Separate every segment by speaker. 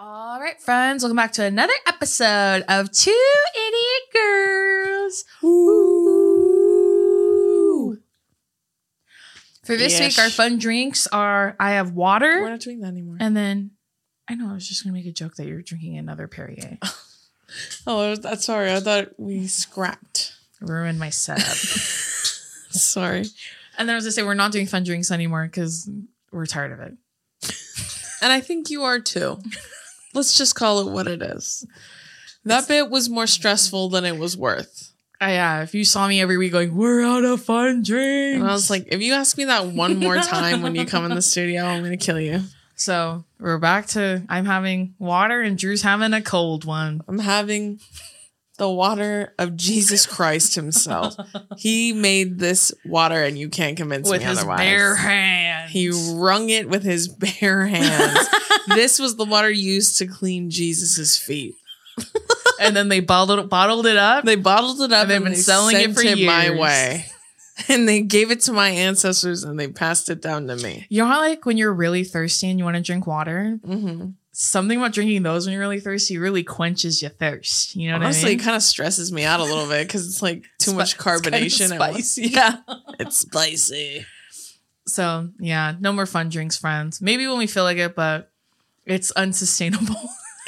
Speaker 1: All right, friends, welcome back to another episode of Two Idiot Girls. Ooh. For this week,
Speaker 2: Yes.
Speaker 1: our fun drinks are I have water,
Speaker 2: We're not doing that anymore.
Speaker 1: and then I know I was just gonna make a joke that you're drinking another Perrier.
Speaker 2: oh, that's sorry. I thought we scrapped.
Speaker 1: Ruined my setup.
Speaker 2: Sorry.
Speaker 1: and then I was gonna say we're not doing fun drinks anymore because we're tired of it.
Speaker 2: And I think you are too. Let's just call it what it is. That bit was more stressful than it was worth.
Speaker 1: I, yeah, if you saw me every week going, we're out of fun drinks.
Speaker 2: And I was like, if you ask me that one more time when you come in the studio, I'm going to kill you.
Speaker 1: so we're back to I'm having water and Drew's having a cold one.
Speaker 2: I'm having the water of Jesus Christ himself. he made this water and you can't convince
Speaker 1: with
Speaker 2: me
Speaker 1: his
Speaker 2: otherwise.
Speaker 1: bare hands.
Speaker 2: He wrung it with his bare hands. this was the water used to clean Jesus's feet.
Speaker 1: and then they bottled bottled it up.
Speaker 2: They bottled it up
Speaker 1: And they've been
Speaker 2: they
Speaker 1: selling it for
Speaker 2: sent my
Speaker 1: years.
Speaker 2: way. And they gave it to my ancestors and they passed it down to me.
Speaker 1: you know how like when you're really thirsty and you want to drink water,
Speaker 2: Mm-hmm.
Speaker 1: something about drinking those when you're really thirsty really quenches your thirst. You know what
Speaker 2: Honestly,
Speaker 1: I
Speaker 2: it
Speaker 1: mean?
Speaker 2: kind of stresses me out a little bit because it's like too
Speaker 1: Spi-
Speaker 2: much
Speaker 1: it's kinda
Speaker 2: carbonation. at once.
Speaker 1: spicy.
Speaker 2: Yeah, it's spicy.
Speaker 1: So yeah, no more fun drinks, friends. Maybe when we feel like it, but it's unsustainable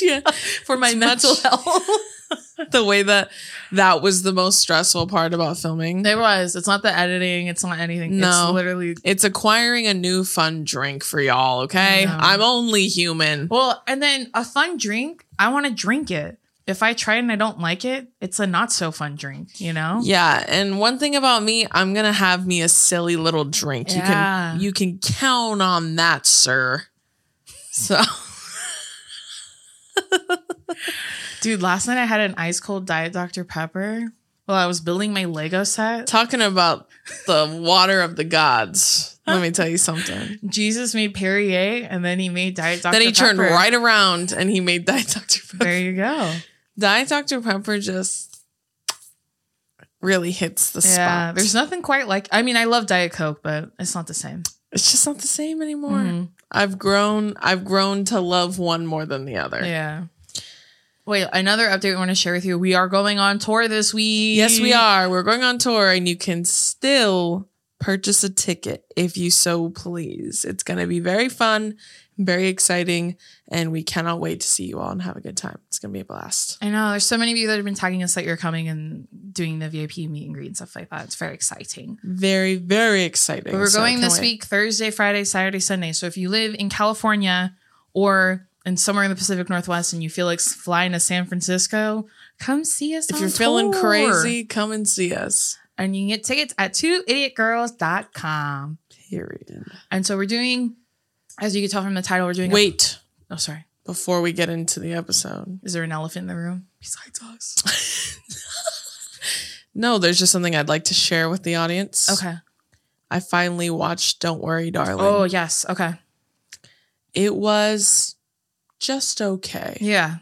Speaker 2: yeah,
Speaker 1: for my
Speaker 2: It's much-
Speaker 1: mental health.
Speaker 2: the way that that was the most stressful part about filming.
Speaker 1: It was. It's not the editing. It's not anything.
Speaker 2: No.
Speaker 1: It's literally.
Speaker 2: It's acquiring a new fun drink for y'all. Okay,
Speaker 1: I know.
Speaker 2: I'm only human.
Speaker 1: Well, and then a fun drink. I want to drink it. If I try it and I don't like it, it's a not so fun drink. You know.
Speaker 2: Yeah, and one thing about me, I'm gonna have me a silly little drink.
Speaker 1: Yeah.
Speaker 2: You can you can count on that, sir. So
Speaker 1: Dude, last night I had an ice cold diet Dr. Pepper while I was building my Lego set.
Speaker 2: talking about the water of the gods, let me tell you something.
Speaker 1: Jesus made Perrier and then he made Diet Dr.
Speaker 2: then he turned
Speaker 1: Pepper.
Speaker 2: right around and he made Diet Dr. Pepper.
Speaker 1: There you go.
Speaker 2: Diet Dr. Pepper just really hits the
Speaker 1: Yeah.
Speaker 2: spot.
Speaker 1: There's nothing quite like I mean, I love Diet Coke, but it's not the same.
Speaker 2: it's just not the same anymore.
Speaker 1: Mhm.
Speaker 2: I've grown I've grown to love one more than the other.
Speaker 1: Yeah. Wait, another update we want to share with you. We are going on tour this week.
Speaker 2: Yes, we are. We're going on tour, and you can still purchase a ticket if you so please. It's going to be very fun, very exciting, and we cannot wait to see you all and have a good time. It's going to be a blast.
Speaker 1: I know there's so many of you that have been tagging us that you're coming and doing the VIP meet and greet and stuff like that. It's very exciting.
Speaker 2: Very, very exciting.
Speaker 1: But we're
Speaker 2: So I
Speaker 1: going
Speaker 2: can't
Speaker 1: this
Speaker 2: wait.
Speaker 1: week Thursday, Friday, Saturday, Sunday. So if you live in California or in somewhere in the Pacific Northwest and you feel like flying to San Francisco, come see us.
Speaker 2: If
Speaker 1: on
Speaker 2: you're feeling
Speaker 1: tour.
Speaker 2: crazy, come and see us.
Speaker 1: and you can get tickets at twoidiotgirls.com.
Speaker 2: Period.
Speaker 1: And so we're doing, as you can tell from the title, we're doing. a-
Speaker 2: Wait
Speaker 1: oh, sorry.
Speaker 2: before we get into the episode.
Speaker 1: Is there an elephant in the room besides us?
Speaker 2: No, there's just something I'd like to share with the audience.
Speaker 1: Okay.
Speaker 2: I finally watched Don't Worry, Darling.
Speaker 1: Oh yes. Okay.
Speaker 2: It was just okay.
Speaker 1: Yeah.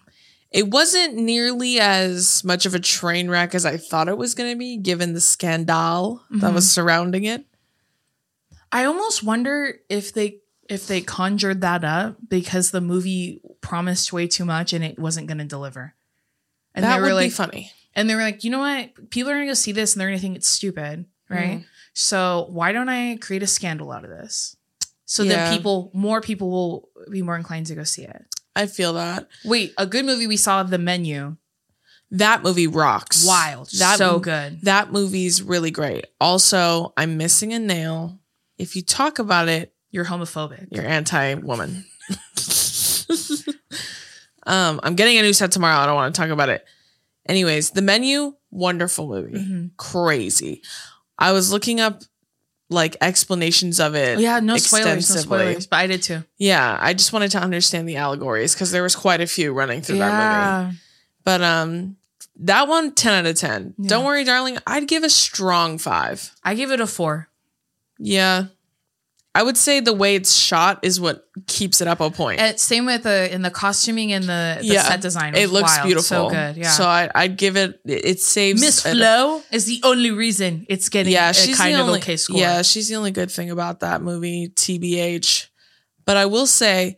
Speaker 2: It wasn't nearly as much of a train wreck as I thought it was going to be, given the scandal that
Speaker 1: Mhm.
Speaker 2: was surrounding it.
Speaker 1: I almost wonder if they if they conjured that up because the movie promised way too much and it wasn't going to deliver. And
Speaker 2: that
Speaker 1: they
Speaker 2: would
Speaker 1: were
Speaker 2: be
Speaker 1: like,
Speaker 2: funny.
Speaker 1: And they were like, you know what? People are going to go see this and they're going to think it's stupid, right?
Speaker 2: Mm-hmm.
Speaker 1: So why don't I create a scandal out of this? So
Speaker 2: Yeah.
Speaker 1: then people, more people will be more inclined to go see it.
Speaker 2: I feel that.
Speaker 1: Wait, a good movie we saw, The Menu.
Speaker 2: That movie rocks.
Speaker 1: Wild.
Speaker 2: That
Speaker 1: so good.
Speaker 2: That movie's really great. Also, I'm missing a nail. If you talk about it,
Speaker 1: You're homophobic.
Speaker 2: you're anti woman. um, I'm getting a new set tomorrow. I don't want to talk about it. Anyways, the menu, wonderful movie.
Speaker 1: Mhm.
Speaker 2: Crazy. I was looking up like explanations of it.
Speaker 1: Oh, Yeah, no spoilers. No
Speaker 2: extensively.
Speaker 1: spoilers. But I did too.
Speaker 2: Yeah, I just wanted to understand the allegories because there was quite a few running through that movie. But um that one 10 out of 10.
Speaker 1: Yeah.
Speaker 2: Don't worry, darling. I'd give a strong 5.
Speaker 1: I give it a four.
Speaker 2: Yeah. I would say the way it's shot is what keeps it up a point.
Speaker 1: And Uh, same with the in the costuming and the, the
Speaker 2: Yeah.
Speaker 1: set design.
Speaker 2: it
Speaker 1: was
Speaker 2: looks
Speaker 1: wild, So
Speaker 2: beautiful.
Speaker 1: good. Yeah.
Speaker 2: So I I'd give it it saves
Speaker 1: Miss
Speaker 2: it-
Speaker 1: Flo is the only reason it's getting
Speaker 2: yeah,
Speaker 1: a
Speaker 2: she's
Speaker 1: uh, kind
Speaker 2: the
Speaker 1: of
Speaker 2: only,
Speaker 1: okay score.
Speaker 2: Yeah, she's the only good thing about that movie, TBH. But I will say,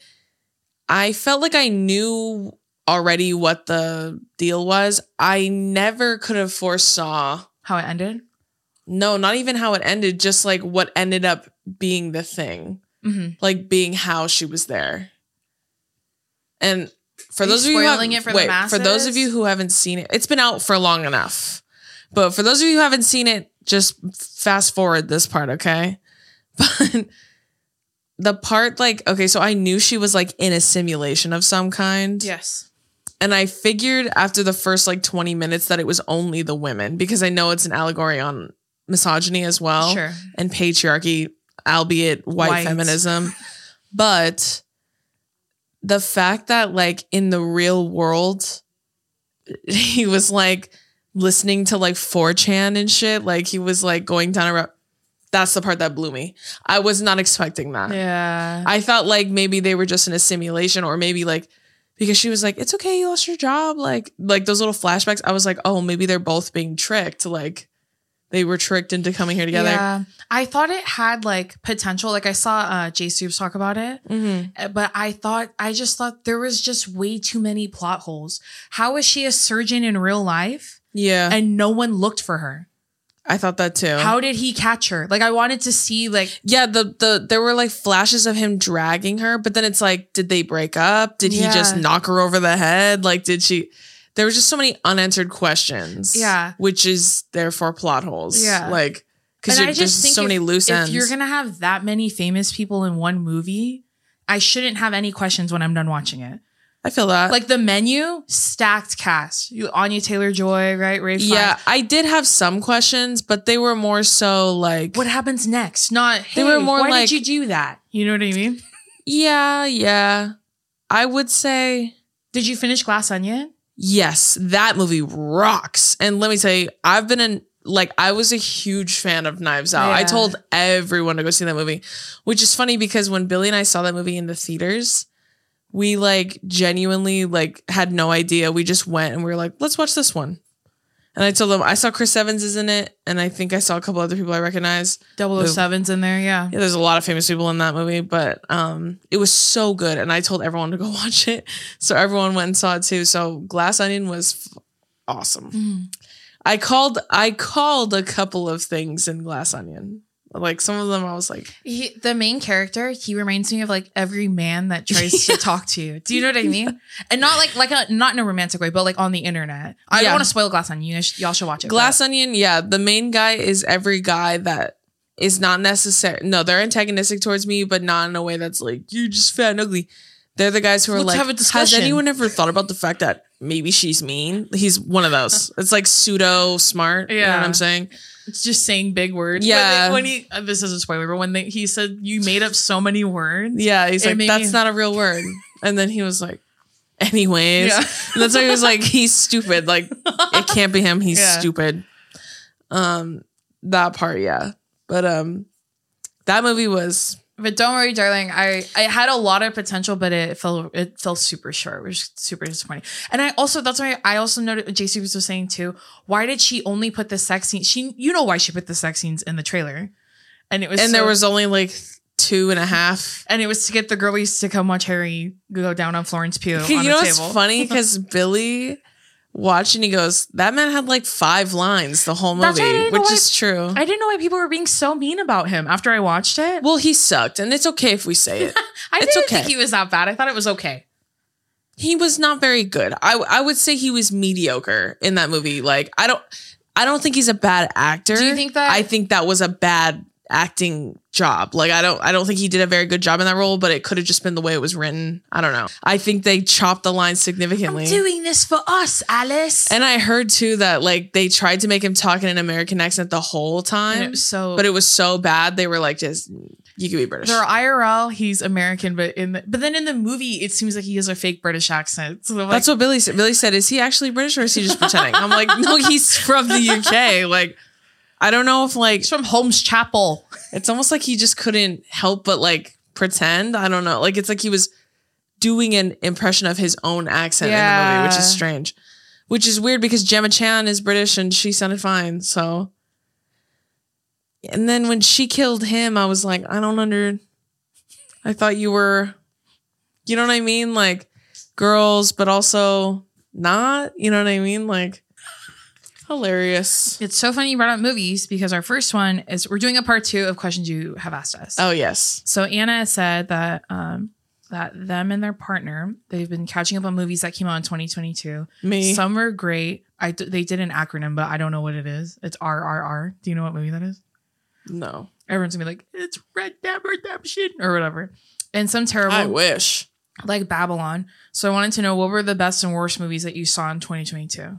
Speaker 2: I felt like I knew already what the deal was. I never could have foresaw,
Speaker 1: How it ended.
Speaker 2: no, not even how it ended, just like what ended up being the thing,
Speaker 1: Mm-hmm.
Speaker 2: like being how she was there. And for
Speaker 1: Are you
Speaker 2: those of you who
Speaker 1: spoiling
Speaker 2: haven't-
Speaker 1: it for the
Speaker 2: wait, for those of
Speaker 1: masses?
Speaker 2: you who haven't seen it, it's been out for long enough. But for those of you who haven't seen it, just fast forward this part, okay? But the part like okay, so I knew she was like in a simulation of some kind.
Speaker 1: Yes.
Speaker 2: And I figured after the first like 20 minutes that it was only the women because I know it's an allegory on misogyny as well
Speaker 1: sure.
Speaker 2: and patriarchy, albeit white,
Speaker 1: White.
Speaker 2: feminism. But the fact that, like, in the real world, he was like listening to like 4chan and shit, like, he was like going down a road. That's the part that blew me. I was not expecting that.
Speaker 1: Yeah.
Speaker 2: I felt like maybe they were just in a simulation or maybe like because she was like, It's okay, you lost your job. Like like those little flashbacks. I was like, oh, maybe they're both being tricked. Like they were tricked into coming here together.
Speaker 1: Yeah. I thought it had like potential. Like I saw uh Jay Soups talk about it.
Speaker 2: Mm-hmm.
Speaker 1: Uh, But I thought I just thought there was just way too many plot holes. How is she a surgeon in real life
Speaker 2: Yeah,
Speaker 1: and no one looked for her?
Speaker 2: I thought that too.
Speaker 1: How did he catch her? Like I wanted to see like
Speaker 2: yeah, the the there were like flashes of him dragging her, but then it's like, did they break up? Did he just
Speaker 1: Yeah.
Speaker 2: knock her over the head? Like, did she? There was just so many unanswered questions.
Speaker 1: Yeah.
Speaker 2: which is therefore plot holes.
Speaker 1: Yeah.
Speaker 2: like because
Speaker 1: And I
Speaker 2: there's
Speaker 1: just think
Speaker 2: so many
Speaker 1: if-
Speaker 2: loose
Speaker 1: if
Speaker 2: ends.
Speaker 1: you're gonna have that many famous people in one movie, I shouldn't have any questions when I'm done watching it.
Speaker 2: I feel that.
Speaker 1: Like the menu, stacked cast. You Anya Taylor Joy, right? Ray. Fiennes.
Speaker 2: yeah, I did have some questions, but they were more so like,
Speaker 1: What happens next? Not hey,
Speaker 2: They were more
Speaker 1: why
Speaker 2: like-
Speaker 1: did you do that? You know what I mean?
Speaker 2: yeah, yeah. I would say
Speaker 1: Did you finish Glass Onion?
Speaker 2: Yes, that movie rocks. And let me tell you, I've been in like I was a huge fan of Knives Out. I
Speaker 1: Yeah.
Speaker 2: told everyone to go see that movie, which is funny because when Billy and I saw that movie in the theaters, we like genuinely like had no idea. We just went and we were like, let's watch this one. And I told them I saw Chris Evans is in it, and I think I saw a couple other people I recognize.
Speaker 1: 007's in there, yeah.
Speaker 2: Yeah, there's a lot of famous people in that movie, but um, it was so good, and I told everyone to go watch it, so everyone went and saw it too. So Glass Onion was f- awesome.
Speaker 1: Mm.
Speaker 2: I called I called a couple of things in Glass Onion, like some of them I was like,
Speaker 1: He, the main character, he reminds me of like every man that tries to talk to you. Do you know what I mean? And not like like a not in a romantic way, but like on the internet. I
Speaker 2: Yeah.
Speaker 1: don't want to spoil Glass Onion. You guys- Y'all should watch it.
Speaker 2: Glass Onion. Yeah, the main guy is every guy that is not necessary. No, they're antagonistic towards me, but not in a way that's like you're just fat and ugly. They're the guys who are
Speaker 1: Let's
Speaker 2: like,
Speaker 1: have a
Speaker 2: has
Speaker 1: discussion."
Speaker 2: anyone ever thought about the fact that maybe she's mean? He's one of those. It's like pseudo smart. You know
Speaker 1: Yeah.
Speaker 2: what I'm saying?
Speaker 1: It's just saying big words.
Speaker 2: Yeah.
Speaker 1: When, they- when he, uh, this is a spoiler, but when they, he said you made up so many words.
Speaker 2: Yeah. He's
Speaker 1: It
Speaker 2: like,
Speaker 1: made
Speaker 2: that's
Speaker 1: me-
Speaker 2: not a real word. And then he was like, anyways.
Speaker 1: Yeah.
Speaker 2: And that's why he was like, he's stupid. Like, it can't be him. He's
Speaker 1: Yeah.
Speaker 2: stupid. Um, that part, yeah. But um, that movie was
Speaker 1: But don't worry, darling. I I had a lot of potential, but it fell it fell super short, which is super disappointing. And I also that's why I also noted what JC was saying too. Why did she only put the sex scene? She you know why she put the sex scenes in the trailer, and it was
Speaker 2: and there
Speaker 1: so-
Speaker 2: was only like two and a half.
Speaker 1: and it was to get the girlies to come watch Harry go down on Florence Pugh.
Speaker 2: you
Speaker 1: on
Speaker 2: know
Speaker 1: the
Speaker 2: what's
Speaker 1: table.
Speaker 2: funny? Because Billy watched and he goes, That man had like five lines the whole
Speaker 1: That's
Speaker 2: movie,
Speaker 1: why I didn't know
Speaker 2: which
Speaker 1: why-
Speaker 2: is true.
Speaker 1: I didn't know why people were being so mean about him after I watched it.
Speaker 2: well, he sucked, and it's okay if we say it.
Speaker 1: I
Speaker 2: it's
Speaker 1: didn't
Speaker 2: okay.
Speaker 1: think he was that bad. I thought it was okay.
Speaker 2: he was not very good. I I would say he was mediocre in that movie. Like I don't I don't think he's a bad actor.
Speaker 1: Do you think that-
Speaker 2: I think that was a bad acting job. Like I don't I don't think he did a very good job in that role, but it could have just been the way it was written. I don't know. I think they chopped the line significantly.
Speaker 1: doing this for us, Alice.
Speaker 2: and I heard too that like they tried to make him talk in an American accent the whole
Speaker 1: And
Speaker 2: time.
Speaker 1: it was so,
Speaker 2: but it was so bad they were like just you could be British.
Speaker 1: They're IRL. He's American, but in the, but then in the movie, it seems like he has a fake British accent. So they're like,
Speaker 2: That's what Billy said. Billy said, "Is he actually British or is he just pretending?" I'm like, "No, he's from the UK." Like, I don't know if like
Speaker 1: he's from Holmes Chapel.
Speaker 2: it's almost like he just couldn't help but like pretend. I don't know. Like it's like he was doing an impression of his own accent in the movie, which is
Speaker 1: Yeah.
Speaker 2: strange. Which is weird because Gemma Chan is British and she sounded fine. So, and then when she killed him, I was like, I don't under. I thought you were, you know what I mean, like girls, but also not. You know what I mean, like hilarious.
Speaker 1: It's so funny you brought up movies because our first one is we're doing a part two of questions you have asked us.
Speaker 2: Oh yes,
Speaker 1: So Anna said that um, that them and their partner they've been catching up on movies that came out in 2022.
Speaker 2: me.
Speaker 1: Some were great. I d- they did an acronym, but I don't know what it is. It's RRR. Do you know what movie that is?
Speaker 2: no,
Speaker 1: Everyone's gonna be like, it's Red Dead Redemption or whatever. And some terrible
Speaker 2: I wish.
Speaker 1: like Babylon. So I wanted to know what were the best and worst movies that you saw in 2022.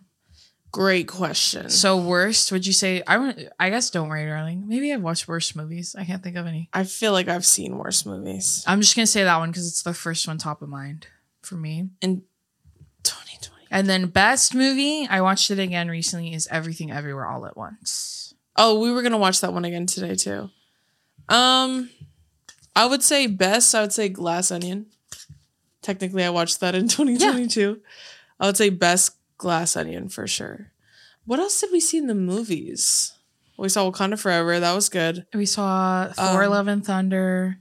Speaker 2: Great question.
Speaker 1: So worst, would you say? I would I guess don't worry, darling. Maybe I've watched worst movies. I can't think of any.
Speaker 2: I feel like I've seen worse movies.
Speaker 1: I'm just gonna say that one because it's the first one top of mind for me.
Speaker 2: In 2020.
Speaker 1: And then best movie, I watched it again recently. Is Everything Everywhere All at Once?
Speaker 2: Oh, we were gonna watch that one again today too. Um, I would say best. I would say Glass Onion. Technically, I watched that in 2022. I would say best Glass Onion for sure. What else did we see in the movies? We saw Wakanda Forever. That was good.
Speaker 1: We saw Thor:
Speaker 2: Um,
Speaker 1: Love and Thunder.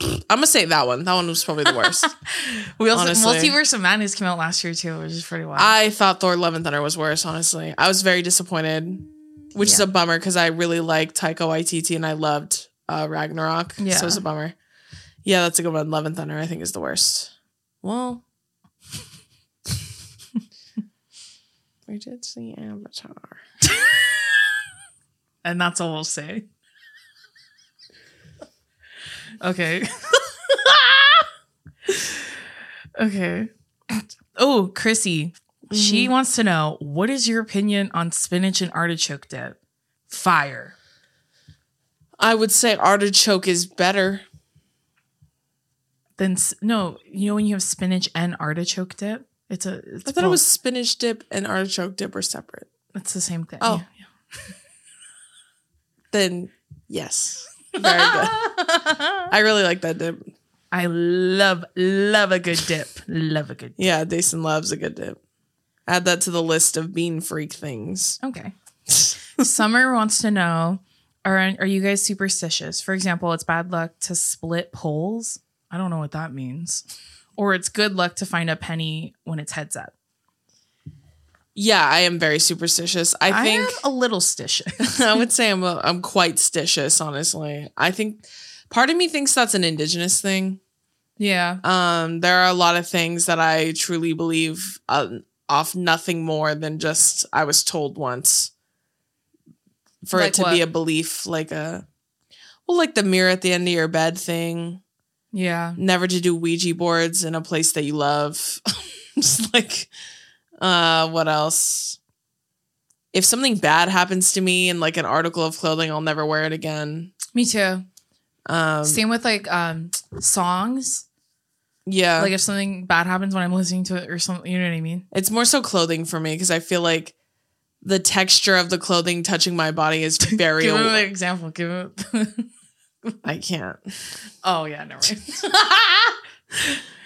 Speaker 2: I'm gonna say that one. That one was probably the worst.
Speaker 1: We also
Speaker 2: honestly.
Speaker 1: Multiverse of Madness came out last year too, which is pretty wild.
Speaker 2: I thought Thor: Love and Thunder was worse. Honestly, I was very disappointed, which is
Speaker 1: Yeah.
Speaker 2: a bummer because I really liked Taika Waititi and I loved uh, Ragnarok.
Speaker 1: Yeah.
Speaker 2: so it's a bummer. Yeah, that's a good one. Love and Thunder, I think, is the worst. Well, we did see Avatar.
Speaker 1: and that's all we'll say. okay. okay. Oh, Chrissy, she
Speaker 2: Mm-hmm.
Speaker 1: wants to know what is your opinion on spinach and artichoke dip? Fire.
Speaker 2: I would say artichoke is better.
Speaker 1: Then s- no, you know when you have spinach and artichoke dip, it's a. It's
Speaker 2: I thought it
Speaker 1: both.
Speaker 2: was spinach dip and artichoke dip were separate.
Speaker 1: It's the same thing.
Speaker 2: Oh.
Speaker 1: Yeah.
Speaker 2: Then yes, very good. I really like that dip.
Speaker 1: I love love a good dip. Love a good. dip.
Speaker 2: Yeah, Dason loves a good dip. Add that to the list of bean freak things.
Speaker 1: Okay. Summer wants to know are are you guys superstitious? For example, it's bad luck to split poles. I don't know what that means. Or it's good luck to find a penny when it's heads up.
Speaker 2: Yeah, I am very superstitious. I,
Speaker 1: I,
Speaker 2: think
Speaker 1: am a little stitious.
Speaker 2: I would say I'm a, I'm quite stitious, honestly. I think part of me thinks that's an indigenous thing.
Speaker 1: yeah.
Speaker 2: Um, there are a lot of things that I truly believe uh, off nothing more than just I was told once for
Speaker 1: Like
Speaker 2: it to
Speaker 1: what?
Speaker 2: be a belief, like a well, like the mirror at the end of your bed thing.
Speaker 1: Yeah.
Speaker 2: never to do Ouija boards in a place that you love. Just like, uh, what else? If something bad happens to me in like an article of clothing, I'll never wear it again.
Speaker 1: Me too.
Speaker 2: Um,
Speaker 1: Same with like um songs.
Speaker 2: yeah,
Speaker 1: like if something bad happens when I'm listening to it or something, you know what I mean?
Speaker 2: it's more so clothing for me because I feel like the texture of the clothing touching my body is very.
Speaker 1: Give him an example. Give him.
Speaker 2: I can't.
Speaker 1: oh yeah, never mind.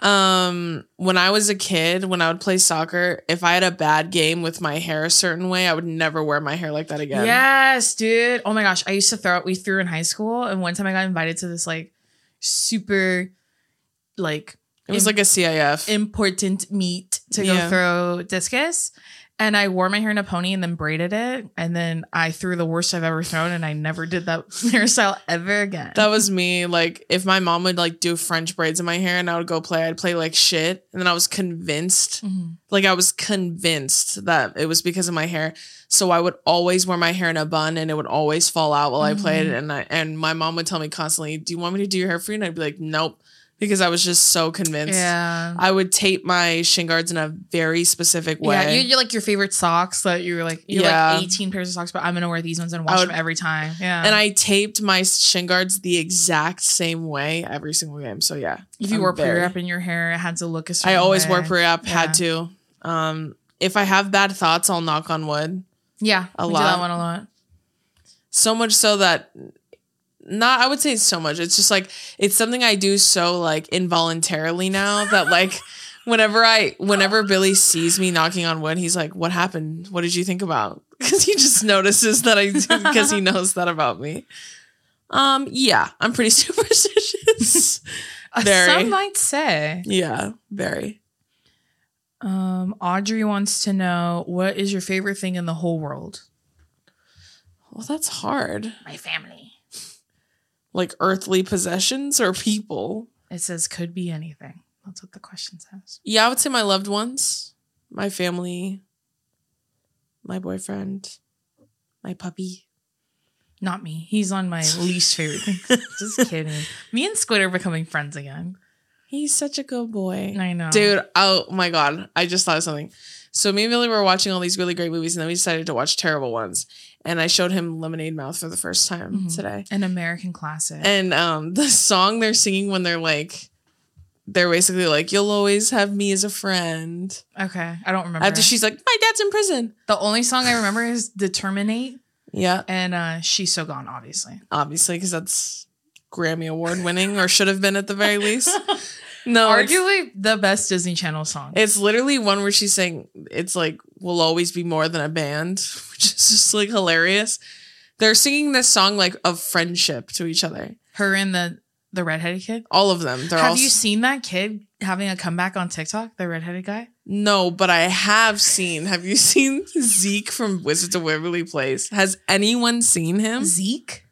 Speaker 2: Um, when I was a kid, when I would play soccer, if I had a bad game with my hair a certain way, I would never wear my hair like that again.
Speaker 1: Yes, dude. Oh my gosh. I used to throw We threw in high school. And one time I got invited to this like super like
Speaker 2: It
Speaker 1: Im-
Speaker 2: was like a CIF.
Speaker 1: important meat to go
Speaker 2: Yeah.
Speaker 1: throw discus. And I wore my hair in a pony and then braided it. And then I threw the worst I've ever thrown. And I never did that hairstyle ever again.
Speaker 2: that was me. Like if my mom would like do French braids in my hair and I would go play, I'd play like shit. And then I was convinced,
Speaker 1: Mhm.
Speaker 2: like I was convinced that it was because of my hair. So I would always wear my hair in a bun and it would always fall out while I played.
Speaker 1: Mm-hmm.
Speaker 2: And I and my mom would tell me constantly, "Do you want me to do your hair for you?" And I'd be like, "Nope," because I was just so convinced.
Speaker 1: Yeah.
Speaker 2: I would tape my shin guards in a very specific way.
Speaker 1: Yeah, you, you're like your favorite socks that you were like you're
Speaker 2: Yeah.
Speaker 1: like 18 pairs of socks, but I'm gonna wear these ones and wash
Speaker 2: would-
Speaker 1: them every time. Yeah,
Speaker 2: and I taped my shin guards the exact same way every single game. So yeah,
Speaker 1: if you
Speaker 2: I'm
Speaker 1: wore
Speaker 2: very-
Speaker 1: pre-wrap in your hair, it had to look a certain.
Speaker 2: I always wore
Speaker 1: way.
Speaker 2: pre-op, had
Speaker 1: Yeah.
Speaker 2: to. Um, if I have bad thoughts, I'll knock on wood.
Speaker 1: Yeah,
Speaker 2: a
Speaker 1: we did
Speaker 2: lot.
Speaker 1: that one a lot.
Speaker 2: So much so that not I would say so much. It's just like it's something I do so like involuntarily now that like whenever I whenever Billy sees me knocking on wood, he's like, "What happened? What did you think about?" Cuz he just notices that I do because he knows that about me. Um yeah, I'm pretty superstitious.
Speaker 1: Uh,
Speaker 2: Very.
Speaker 1: Some might say.
Speaker 2: yeah, very.
Speaker 1: Um, Audrey wants to know what is your favorite thing in the whole world?
Speaker 2: Well, that's hard.
Speaker 1: My family.
Speaker 2: Like earthly possessions or people.
Speaker 1: It says could be anything. That's what the question says.
Speaker 2: Yeah, I would say my loved ones, my family, my boyfriend, my puppy.
Speaker 1: Not me. He's on my least favorite thing. Just kidding. Me and Squid are becoming friends again.
Speaker 2: He's such a good boy.
Speaker 1: I know,
Speaker 2: Dude, oh my God. I just thought of something. So, me and Billy were watching all these really great movies, and then we decided to watch terrible ones. And I showed him Lemonade Mouth for the first time
Speaker 1: Mhm.
Speaker 2: today.
Speaker 1: An American classic.
Speaker 2: And um, the song they're singing when they're like, they're basically like, You'll always have me as a friend.
Speaker 1: okay, I don't remember.
Speaker 2: After she's like, My dad's in prison.
Speaker 1: the only song I remember is "Determinate"
Speaker 2: Yeah.
Speaker 1: and uh, "She's So Gone." Obviously,
Speaker 2: obviously, because that's Grammy award winning or should have been at the very least. No, it's,
Speaker 1: arguably the best Disney Channel song.
Speaker 2: it's literally one where she's saying it's like we'll always be more than a band, which is just like hilarious. They're singing this song like of friendship to each other.
Speaker 1: Her and the the redheaded kid.
Speaker 2: All of them. They're
Speaker 1: Have
Speaker 2: all
Speaker 1: you
Speaker 2: s-
Speaker 1: seen that kid having a comeback on TikTok? The redheaded guy.
Speaker 2: no, but I have seen. Have you seen Zeke from Wizards of Waverly Place? Has anyone seen him?
Speaker 1: Zeke.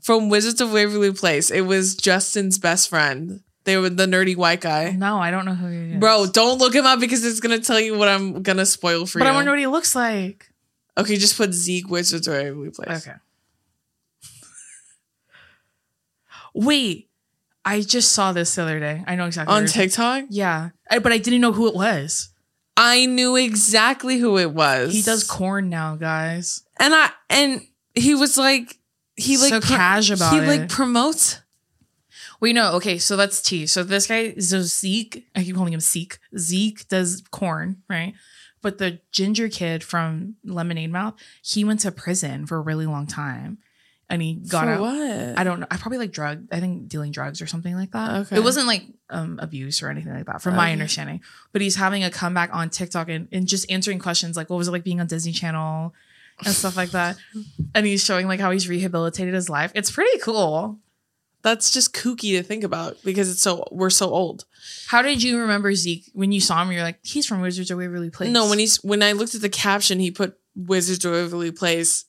Speaker 2: From Wizards of Waverly Place, it was Justin's best friend. They were the nerdy white guy.
Speaker 1: No, I don't know who he is.
Speaker 2: Bro, don't look him up because it's gonna tell you what I'm gonna spoil for
Speaker 1: but
Speaker 2: you.
Speaker 1: I want to know what he looks like.
Speaker 2: okay, just put Zeke Wizards of Waverly Place.
Speaker 1: Okay. Wait, I just saw this the other day. I know exactly
Speaker 2: On
Speaker 1: what you're-
Speaker 2: TikTok,
Speaker 1: Yeah, I, but I didn't know who it was.
Speaker 2: I knew exactly who it was.
Speaker 1: He does corn now, guys.
Speaker 2: and I and he was like he like
Speaker 1: So cash about
Speaker 2: he like
Speaker 1: it.
Speaker 2: promotes.
Speaker 1: We know. Okay, so that's T. So this guy, so Zeke, I keep calling him Zeke. Zeke does corn, right? But the ginger kid from Lemonade Mouth, he went to prison for a really long time, and he got
Speaker 2: for
Speaker 1: out.
Speaker 2: what?
Speaker 1: I don't know. I probably like drug. I think dealing drugs or something like that.
Speaker 2: Okay.
Speaker 1: It wasn't like um, abuse or anything like that, from my
Speaker 2: Okay.
Speaker 1: understanding. But he's having a comeback on TikTok and, and just answering questions like, "What was it like being on Disney Channel?" and stuff like that. And he's showing like how he's rehabilitated his life. It's pretty cool.
Speaker 2: That's just kooky to think about because it's so we're so old.
Speaker 1: How did you remember Zeke when you saw him? You're like, he's from Wizards of Waverly Place.
Speaker 2: No, when he's when I looked at the caption, he put Wizards of Waverly Place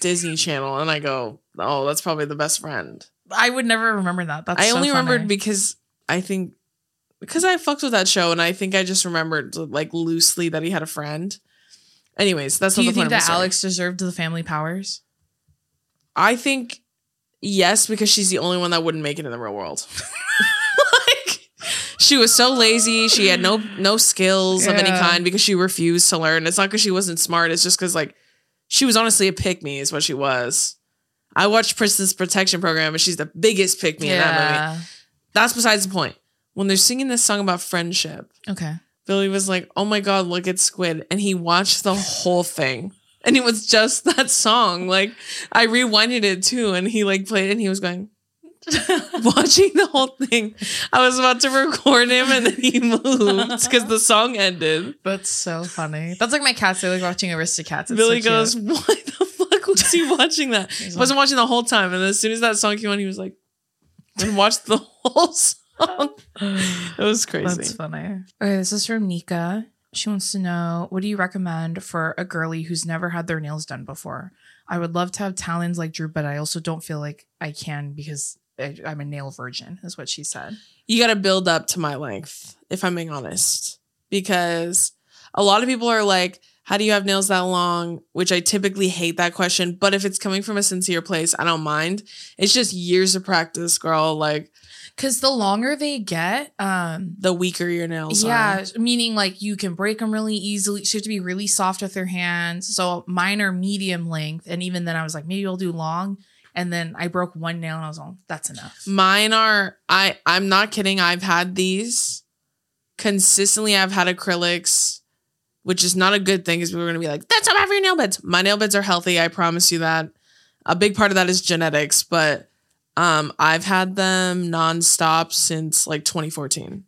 Speaker 2: Disney Channel, and I go, oh, that's probably the best friend.
Speaker 1: I would never remember that. That's
Speaker 2: I
Speaker 1: so
Speaker 2: only remembered
Speaker 1: funny.
Speaker 2: because I think because I fucked with that show, and I think I just remembered like loosely that he had a friend. Anyways, that's
Speaker 1: Do
Speaker 2: not
Speaker 1: you
Speaker 2: the point
Speaker 1: think
Speaker 2: of my
Speaker 1: that
Speaker 2: story.
Speaker 1: Alex deserved the family powers?
Speaker 2: I think yes, because she's the only one that wouldn't make it in the real world. like she was so lazy. She had no no skills of any
Speaker 1: Yeah.
Speaker 2: kind because she refused to learn. It's not because she wasn't smart. It's just because like she was honestly a pick me is what she was. I watched Prison's Protection Program and she's the biggest pick me in that movie. That's besides the point. When they're singing this song about friendship,
Speaker 1: Okay.
Speaker 2: Billy was like, "Oh my god, look at Squid," and he watched the whole thing, and it was just that song. Like I rewinded it too, and he like played it, and he was going watching the whole thing. I was about to record him, and then he moved because the song ended.
Speaker 1: That's so funny. That's like my cats. They like watching Aristocats. It's
Speaker 2: Billy
Speaker 1: so cute.
Speaker 2: goes, "Why the fuck was he watching that?"
Speaker 1: He's
Speaker 2: He wasn't watching the whole time, and as soon as that song came on, he was like, and watched the whole song. it was
Speaker 1: That's
Speaker 2: crazy.
Speaker 1: funny. Okay, this is from Nika. She wants to know what do you recommend for a girly who's never had their nails done before? I would love to have talons like Drew, but I also don't feel like I can because I, I'm a nail virgin, is what she said.
Speaker 2: You got to build up to my length, if I'm being honest, because a lot of people are like, how do you have nails that long? Which I typically hate that question. But if it's coming from a sincere place, I don't mind. It's just years of practice, girl. Like
Speaker 1: Because the longer they get, um,
Speaker 2: the weaker your nails are.
Speaker 1: yeah, meaning like you can break them really easily. So you have to be really soft with your hands. So mine are medium length, and even then I was like, maybe I'll do long. And then I broke one nail, and I was like, that's enough.
Speaker 2: Mine are I I'm not kidding. I've had these consistently. I've had acrylics, which is not a good thing because we were gonna be like, that's not bad for your nail beds. My nail beds are healthy, I promise you that. A big part of that is genetics, but um I've had them nonstop since like 2014.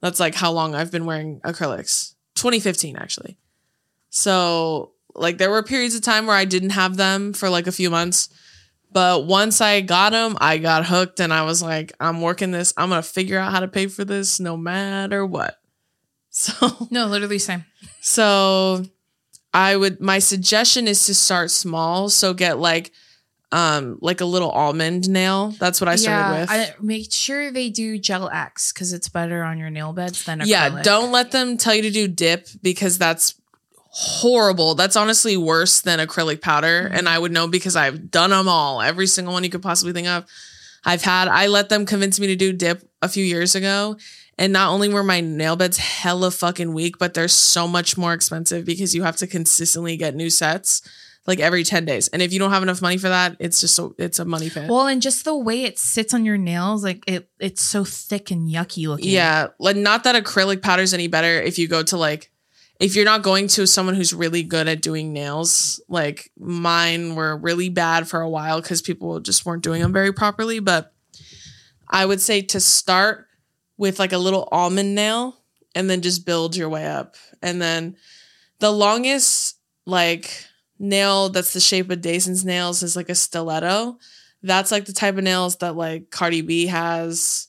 Speaker 2: That's like how long I've been wearing acrylics. 2015 actually. So like there were periods of time where I didn't have them for like a few months. But once I got them, I got hooked and I was like, I'm working this. I'm going to figure out how to pay for this no matter what. So,
Speaker 1: No, literally same.
Speaker 2: so I would, my suggestion is to start small. So get like, um, like a little almond nail. That's what I started with.
Speaker 1: I, make sure they do gel X because it's better on your nail beds than acrylic.
Speaker 2: yeah. Don't let them tell you to do dip because that's horrible. That's honestly worse than acrylic powder.
Speaker 1: Mm-hmm.
Speaker 2: And I would know because I've done them all, every single one you could possibly think of. I've had, I let them convince me to do dip a few years ago. And not only were my nail beds hella fucking weak, but they're so much more expensive because you have to consistently get new sets like every 10 days. And if you don't have enough money for that, it's just, a, it's a money pit.
Speaker 1: Well, and just the way it sits on your nails, like it, it's so thick and yucky looking.
Speaker 2: Yeah, like not that acrylic powder's any better if you go to like if you're not going to someone who's really good at doing nails. Like mine were really bad for a while cuz people just weren't doing them very properly, but I would say to start with like a little almond nail and then just build your way up. And then the longest like nail that's the shape of Dayson's nails is like a stiletto. That's like the type of nails that like Cardi B has,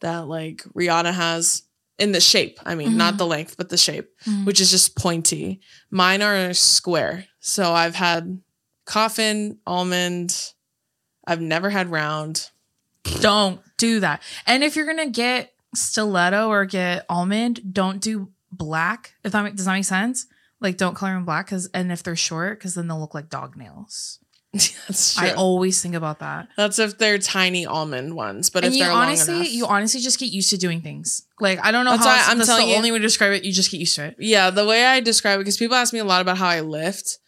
Speaker 2: that like Rihanna has in the shape. I mean, not
Speaker 1: Mhm.
Speaker 2: the length, but the shape,
Speaker 1: Mhm.
Speaker 2: which is just pointy. Mine are square. So I've had coffin, almond. I've never had round.
Speaker 1: Don't do that. And if you're gonna get stiletto or get almond, don't do black. If that make, does that make sense? Like, don't color them black because, and if they're short, because then they'll look like dog nails.
Speaker 2: That's
Speaker 1: I
Speaker 2: true.
Speaker 1: always think about that.
Speaker 2: That's if they're tiny almond ones, but
Speaker 1: and
Speaker 2: if
Speaker 1: you
Speaker 2: they're
Speaker 1: honestly,
Speaker 2: long enough,
Speaker 1: you honestly just get used to doing things. Like, I don't know
Speaker 2: That's
Speaker 1: how
Speaker 2: why
Speaker 1: else-
Speaker 2: I'm
Speaker 1: that's
Speaker 2: telling
Speaker 1: the
Speaker 2: you-
Speaker 1: only way to describe it. You just get used to it.
Speaker 2: Yeah, the way I describe it, because people ask me a lot about how I lift.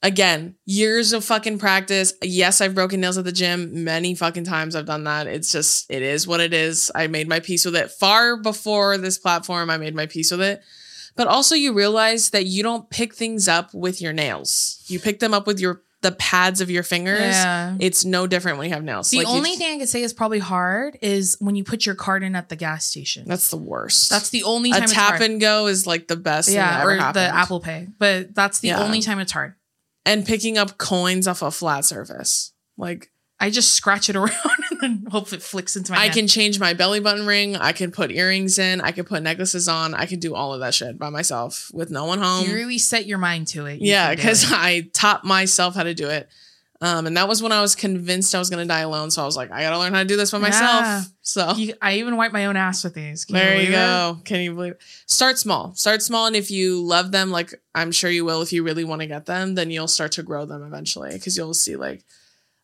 Speaker 2: Again, years of fucking practice. Yes, I've broken nails at the gym many fucking times. I've done that. It's just, it is what it is. I made my peace with it far before this platform. I made my peace with it. But also, you realize that you don't pick things up with your nails. You pick them up with your the pads of your fingers.
Speaker 1: Yeah.
Speaker 2: It's no different when you have nails.
Speaker 1: The
Speaker 2: Like, you
Speaker 1: only
Speaker 2: just-
Speaker 1: thing I could say is probably hard is when you put your card in at the gas station. That's,
Speaker 2: that's the worst.
Speaker 1: the only time
Speaker 2: a
Speaker 1: it's
Speaker 2: tap
Speaker 1: hard.
Speaker 2: and go is like the best. Yeah,
Speaker 1: yeah, or
Speaker 2: happened.
Speaker 1: the Apple Pay, but that's the
Speaker 2: Yeah.
Speaker 1: only time it's hard.
Speaker 2: and picking up coins off a flat surface. Like
Speaker 1: I just scratch it around and then hope it flicks into my.
Speaker 2: I
Speaker 1: hand.
Speaker 2: can change my belly button ring, I can put earrings in, I can put necklaces on, I can do all of that shit by myself with no one home.
Speaker 1: you really set your mind to it. you
Speaker 2: um, yeah,
Speaker 1: can do
Speaker 2: because
Speaker 1: it.
Speaker 2: I taught myself how to do it. Um, and that was when I was convinced I was gonna die alone. So I was like, I gotta learn how to do this by myself.
Speaker 1: Yeah.
Speaker 2: So
Speaker 1: You- I even wipe my own ass with these. Can
Speaker 2: there you
Speaker 1: believe it?
Speaker 2: go. Can you believe? Start small. Start small, and if you love them, like I'm sure you will, if you really want to get them, then you'll start to grow them eventually because you'll see like,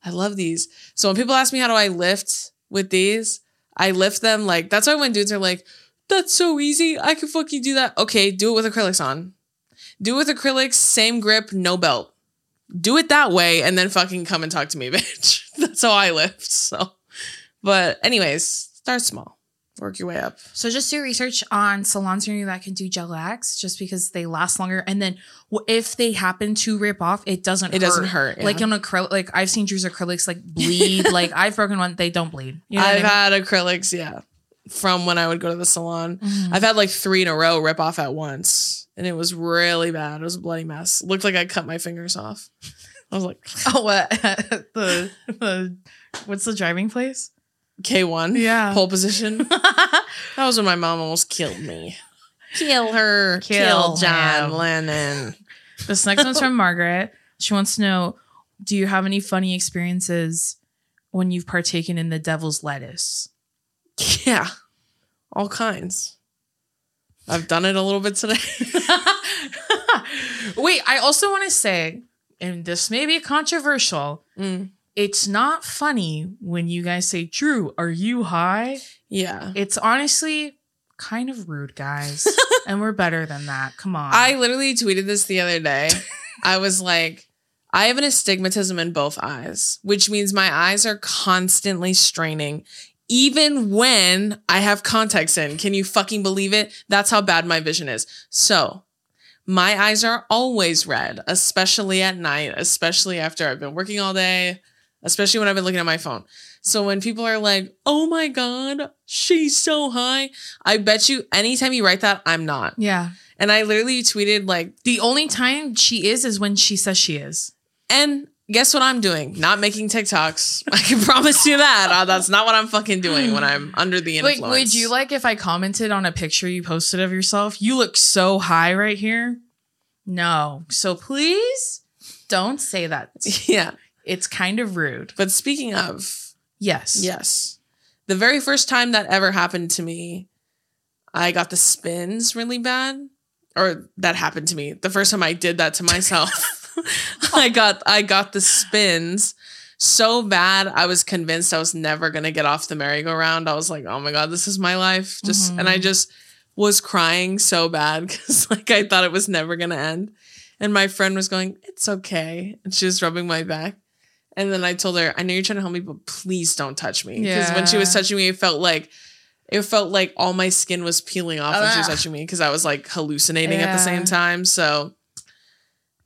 Speaker 2: I love these. So when people ask me how do I lift with these, I lift them like that's why when dudes are like, that's so easy, I can fucking do that. Okay, do it with acrylics on. Do it with acrylics, same grip, no belt. Do it that way, and then fucking come and talk to me, bitch. that's how I lift. So, but anyways, start small. Work your way up.
Speaker 1: So just do research on salons near you that can do gel lax, just because they last longer. And then w- if they happen to rip off, it doesn't.
Speaker 2: It doesn't hurt.
Speaker 1: Like
Speaker 2: yeah.
Speaker 1: on acrylic, like I've seen Drew's acrylics like bleed. like I've broken one, they don't bleed. You know
Speaker 2: I've
Speaker 1: what I
Speaker 2: had acrylics, yeah, from when I would go to the salon.
Speaker 1: mean? Mhm.
Speaker 2: I've had like three in a row rip off at once, and it was really bad. It was a bloody mess. Looked like I cut my fingers off. I was like,
Speaker 1: Oh, what the the what's the driving place?
Speaker 2: K1.
Speaker 1: Yeah.
Speaker 2: Pole position. That was when my mom almost killed me. Kill her.
Speaker 1: Kill
Speaker 2: John
Speaker 1: him.
Speaker 2: Lennon.
Speaker 1: This next one's from Margaret. She wants to know Do you have any funny experiences when you've partaken in the devil's lettuce?
Speaker 2: Yeah. All kinds. I've done it a little bit today.
Speaker 1: Wait, I also want to say, and this may be controversial,
Speaker 2: Mm.
Speaker 1: it's not funny when you guys say, Drew, are you high?
Speaker 2: Yeah.
Speaker 1: It's honestly kind of rude, guys. and we're better than that. Come on.
Speaker 2: I literally tweeted this the other day. I was like, I have an astigmatism in both eyes, which means my eyes are constantly straining, even when I have contacts in. Can you fucking believe it? That's how bad my vision is. So, my eyes are always red, especially at night, especially after I've been working all day, especially when I've been looking at my phone. So, when people are like, oh my God, she's so high, I bet you anytime you write that, I'm not.
Speaker 1: yeah.
Speaker 2: And I literally tweeted like,
Speaker 1: The only time she is is when she says she is.
Speaker 2: and guess what I'm doing? Not making TikToks. I can promise you that. Uh, that's not what I'm fucking doing when I'm under the
Speaker 1: Like,
Speaker 2: influence.
Speaker 1: would you like if I commented on a picture you posted of yourself? You look so high right here. No. So please don't say that.
Speaker 2: Yeah.
Speaker 1: It's kind of rude.
Speaker 2: But speaking of,
Speaker 1: Yes.
Speaker 2: yes, the very first time that ever happened to me, I got the spins really bad. Or that happened to me. The first time I did that to myself, I got I got the spins so bad. I was convinced I was never gonna get off the merry-go-round. I was like, oh my god, this is my life. Just and I
Speaker 1: Mhm.
Speaker 2: just was crying so bad because like I thought it was never gonna end. And my friend was going, It's okay. And she was rubbing my back. And then I told her, I know you're trying to help me, but please don't touch me. Because when she was
Speaker 1: Yeah.
Speaker 2: touching me, it felt like it felt like all my skin was peeling off when she was
Speaker 1: Ugh.
Speaker 2: touching me because I was like hallucinating at the
Speaker 1: Yeah.
Speaker 2: same time. So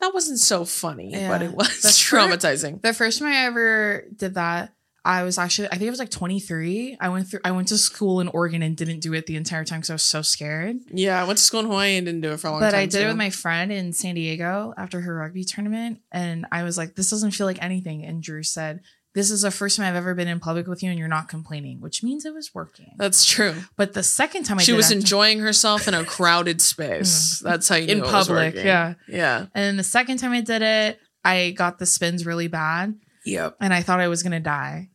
Speaker 2: that wasn't so funny, but
Speaker 1: Yeah.
Speaker 2: it was
Speaker 1: That's true.
Speaker 2: traumatizing.
Speaker 1: The first time I ever did that, I was actually I think I was like 23. I went through I went to school in Oregon and didn't do it the entire time because I was so scared.
Speaker 2: Yeah, I went to school in Hawaii and didn't do it for a long
Speaker 1: But
Speaker 2: time.
Speaker 1: I did it
Speaker 2: too.
Speaker 1: with my friend in San Diego after her rugby tournament, and I was like, "This doesn't feel like anything." And Drew said, "This is the first time I've ever been in public with you, and you're not complaining, which means it was working."
Speaker 2: That's true.
Speaker 1: But the second time I
Speaker 2: She
Speaker 1: did
Speaker 2: was
Speaker 1: after-
Speaker 2: enjoying herself in a crowded space. That's how you
Speaker 1: Hmm. in
Speaker 2: knew it was
Speaker 1: public,
Speaker 2: working.
Speaker 1: yeah.
Speaker 2: Yeah.
Speaker 1: And then the second time I did it, I got the spins really bad,
Speaker 2: Yep.
Speaker 1: and I thought I was gonna die.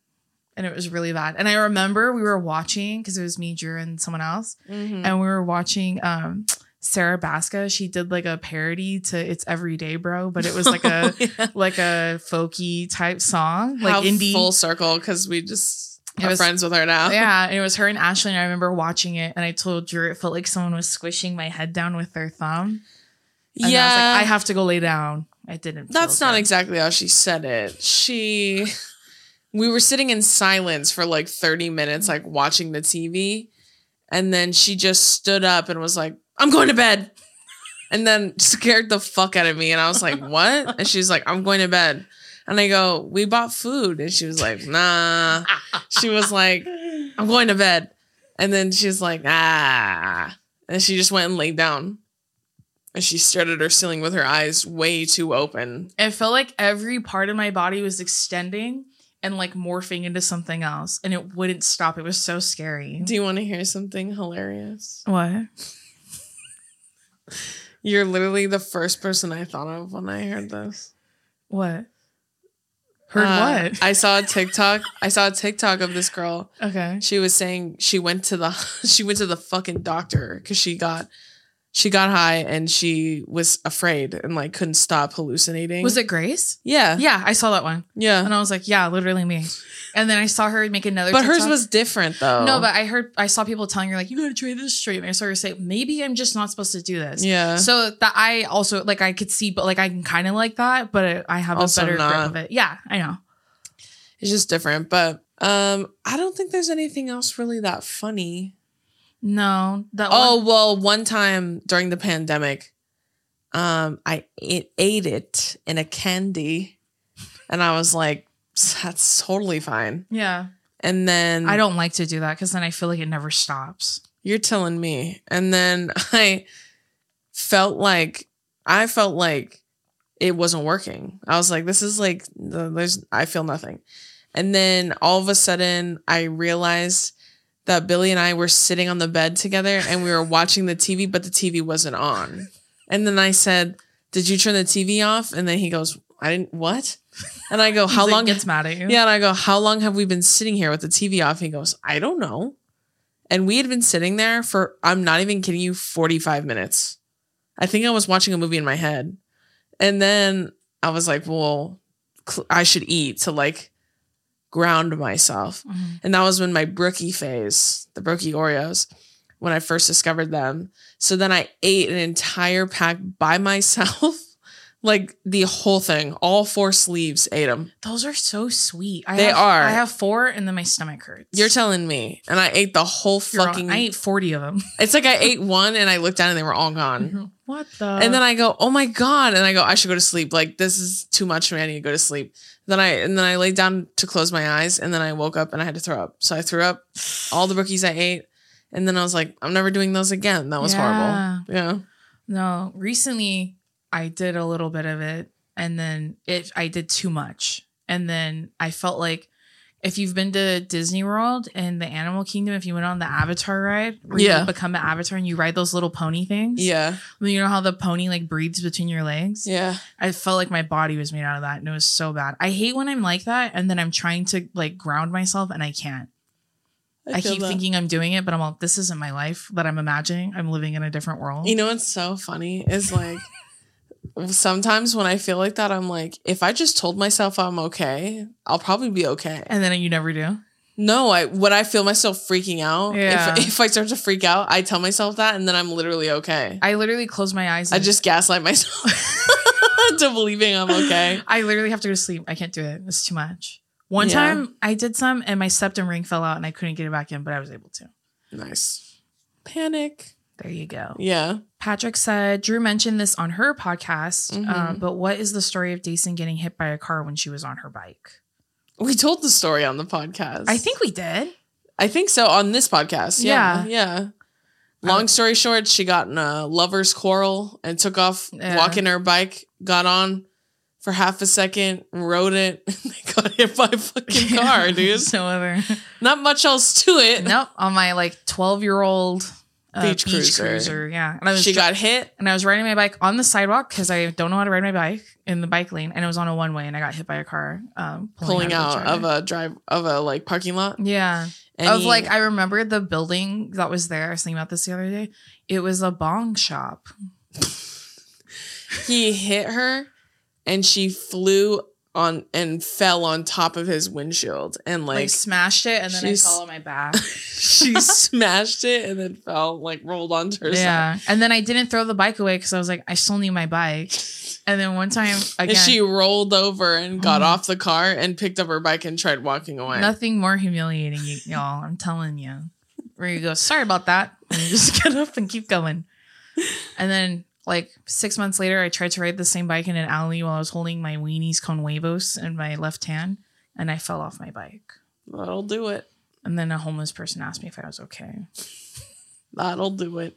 Speaker 1: And it was really bad. And I remember we were watching because it was me, Drew, and someone else,
Speaker 2: Mm-hmm. Mm.
Speaker 1: and we were watching um, Sarah Baska. She did like a parody to "It's Everyday, Bro," but it was like a like a folky type song, like
Speaker 2: How
Speaker 1: indie.
Speaker 2: full oh. circle because we just
Speaker 1: It
Speaker 2: are
Speaker 1: was-
Speaker 2: friends with her now.
Speaker 1: yeah, and it was her and Ashley, and I remember watching it, and I told Drew it felt like someone was squishing my head down with their thumb. And
Speaker 2: yeah.
Speaker 1: I was like, I have to go lay down. I didn't. feel
Speaker 2: That's not
Speaker 1: good.
Speaker 2: exactly how she said it. She, we were sitting in silence for like thirty minutes, like watching the TV, and then she just stood up and was like, "I'm going to bed," and then scared the fuck out of me, and I was like, "What?" And she's like, "I'm going to bed." And I go, we bought food. And she was like, nah. She was like, I'm going to bed. And then she's like, ah. And she just went and laid down. And she stared at her ceiling with her eyes way too open.
Speaker 1: It felt like every part of my body was extending and like morphing into something else, and it wouldn't stop. It was so scary.
Speaker 2: Do you want to hear something hilarious?
Speaker 1: what?
Speaker 2: You're literally the first person I thought of when I heard this.
Speaker 1: What? Heard
Speaker 2: Uh,
Speaker 1: what?
Speaker 2: I saw a TikTok. I saw a TikTok of this girl
Speaker 1: okay.
Speaker 2: she was saying she went to the she went to the fucking doctor because she got she got high and she was afraid and like couldn't stop hallucinating.
Speaker 1: Was it Grace?
Speaker 2: Yeah,
Speaker 1: Yeah, I saw that one,
Speaker 2: yeah.
Speaker 1: and I was like, yeah, literally me. And then I saw her make another.
Speaker 2: Uh. But hers
Speaker 1: TikTok.
Speaker 2: was different though.
Speaker 1: No, but I heard I saw people telling her like you gotta try this treatment. I saw her say maybe I'm just not supposed to do this.
Speaker 2: yeah,
Speaker 1: So that I also like I could see, but like I can kind of like that, but I have
Speaker 2: Also
Speaker 1: a better grip
Speaker 2: not.
Speaker 1: of it. Yeah, I know.
Speaker 2: it's just different. But um, I don't think there's anything else really that funny.
Speaker 1: No, that
Speaker 2: Oh
Speaker 1: one-
Speaker 2: well, one time during the pandemic, um, I ate, ate it in a candy, and I was like, that's totally fine.
Speaker 1: yeah.
Speaker 2: And then
Speaker 1: I don't like to do that because then I feel like it never stops.
Speaker 2: You're telling me. And then I felt like I felt like it wasn't working. I was like, this is like the- there's I feel nothing. And then all of a sudden, I realized that Billy and I were sitting on the bed together and we were watching the TV, but the TV wasn't on. And then I said, Did you turn the TV off? And then he goes, I didn't, what? And I go, How
Speaker 1: Zig
Speaker 2: long?
Speaker 1: gets mad at you?
Speaker 2: Yeah. And I go, How long have we been sitting here with the TV off? He goes, I don't know. And we had been sitting there for, I'm not even kidding you, 45 minutes. I think I was watching a movie in my head. And then I was like, Well, cl- I should eat to like ground myself.
Speaker 1: Mhm.
Speaker 2: And that was when my brookie phase, the brookie Oreos, when I first discovered them. So then I ate an entire pack by myself, like the whole thing, all four sleeves, ate them.
Speaker 1: Those are so sweet. I
Speaker 2: They
Speaker 1: have-
Speaker 2: are.
Speaker 1: I have four, and then my stomach hurts.
Speaker 2: You're telling me. And I ate the whole
Speaker 1: You're
Speaker 2: fucking.
Speaker 1: wrong. I ate forty of them.
Speaker 2: it's like I ate one and I looked down and they were all gone.
Speaker 1: Mm-hmm. What the?
Speaker 2: And then I go, oh my god, and I go, I should go to sleep. Like this is too much for me. I need to go to sleep. Then I and then I laid down to close my eyes, and then I woke up and I had to throw up. So I threw up all the brookies I ate, and then I was like, I'm never doing those again. That was
Speaker 1: Yeah.
Speaker 2: horrible. Yeah.
Speaker 1: no, recently I did a little bit of it, and then it I did too much, and then I felt like if you've been to Disney World and the Animal Kingdom, if you went on the Avatar ride, where
Speaker 2: Yeah.
Speaker 1: you become an avatar and you ride those little pony things,
Speaker 2: Yeah.
Speaker 1: Well, you know how the pony like breathes between your legs.
Speaker 2: Yeah.
Speaker 1: I felt like my body was made out of that, and it was so bad. I hate when I'm like that, and then I'm trying to like ground myself, and I can't. I,
Speaker 2: feel
Speaker 1: keep
Speaker 2: that.
Speaker 1: thinking I'm doing it, but I'm like, this isn't my life that I'm imagining. I'm living in a different world.
Speaker 2: You know what's so funny is like sometimes when I feel like that, I'm like, if I just told myself I'm okay, I'll probably be okay.
Speaker 1: and then you never do.
Speaker 2: No, I when I feel myself freaking out,
Speaker 1: Yeah.
Speaker 2: if, if I start to freak out, I tell myself that and then I'm literally okay.
Speaker 1: I literally close my eyes.
Speaker 2: I
Speaker 1: and-
Speaker 2: just gaslight myself to believing I'm okay.
Speaker 1: I literally have to go to sleep. I can't do it. It's too much. One
Speaker 2: Yeah.
Speaker 1: time I did some, and my septum ring fell out, and I couldn't get it back in, but I was able to.
Speaker 2: Nice. Panic.
Speaker 1: There you go.
Speaker 2: Yeah.
Speaker 1: Patrick said Drew mentioned this on her podcast, uh,
Speaker 2: Mhm.
Speaker 1: but what is the story of Dason getting hit by a car when she was on her bike?
Speaker 2: We told the story on the podcast.
Speaker 1: I think we did.
Speaker 2: I think so on this podcast. Yeah.
Speaker 1: Yeah.
Speaker 2: Yeah. Long story short, she got in a lover's quarrel and took off
Speaker 1: Yeah.
Speaker 2: walking her bike, got on for half a second, rode it, and they got hit by a fucking car, dude.
Speaker 1: no other.
Speaker 2: Not much else to it.
Speaker 1: uh, nope. On my like twelve year old uh,
Speaker 2: Beach
Speaker 1: beach,
Speaker 2: cruiser.
Speaker 1: cruiser. Yeah, and I was
Speaker 2: She
Speaker 1: dri-
Speaker 2: got hit.
Speaker 1: and I was riding my bike on the sidewalk because I don't know how to ride my bike in the bike lane, and it was on a one way, and I got hit by a car um,
Speaker 2: Pulling out of
Speaker 1: a
Speaker 2: a drive of a like parking lot.
Speaker 1: yeah.
Speaker 2: And
Speaker 1: of
Speaker 2: he-
Speaker 1: like I remember the building that was there. I was thinking about this the other day. It was a bong shop.
Speaker 2: he hit her and she flew on and fell on top of his windshield and
Speaker 1: Like,
Speaker 2: like,
Speaker 1: smashed it, and then I
Speaker 2: she's-
Speaker 1: fell on my back.
Speaker 2: she smashed it and then fell like rolled onto herself.
Speaker 1: Yeah. And then I didn't throw the bike away because I was like, I still need my bike. And then one time again,
Speaker 2: And she rolled over and got
Speaker 1: Oh.
Speaker 2: off the car and picked up her bike and tried walking away.
Speaker 1: nothing more humiliating, y- y'all. I'm telling you. Where you go, sorry about that. And you just get up and keep going. And then like six months later, I tried to ride the same bike in an alley while I was holding my weenies con huevos in my left hand, and I fell off my bike.
Speaker 2: That'll do it.
Speaker 1: And then a homeless person asked me if I was okay.
Speaker 2: That'll do it.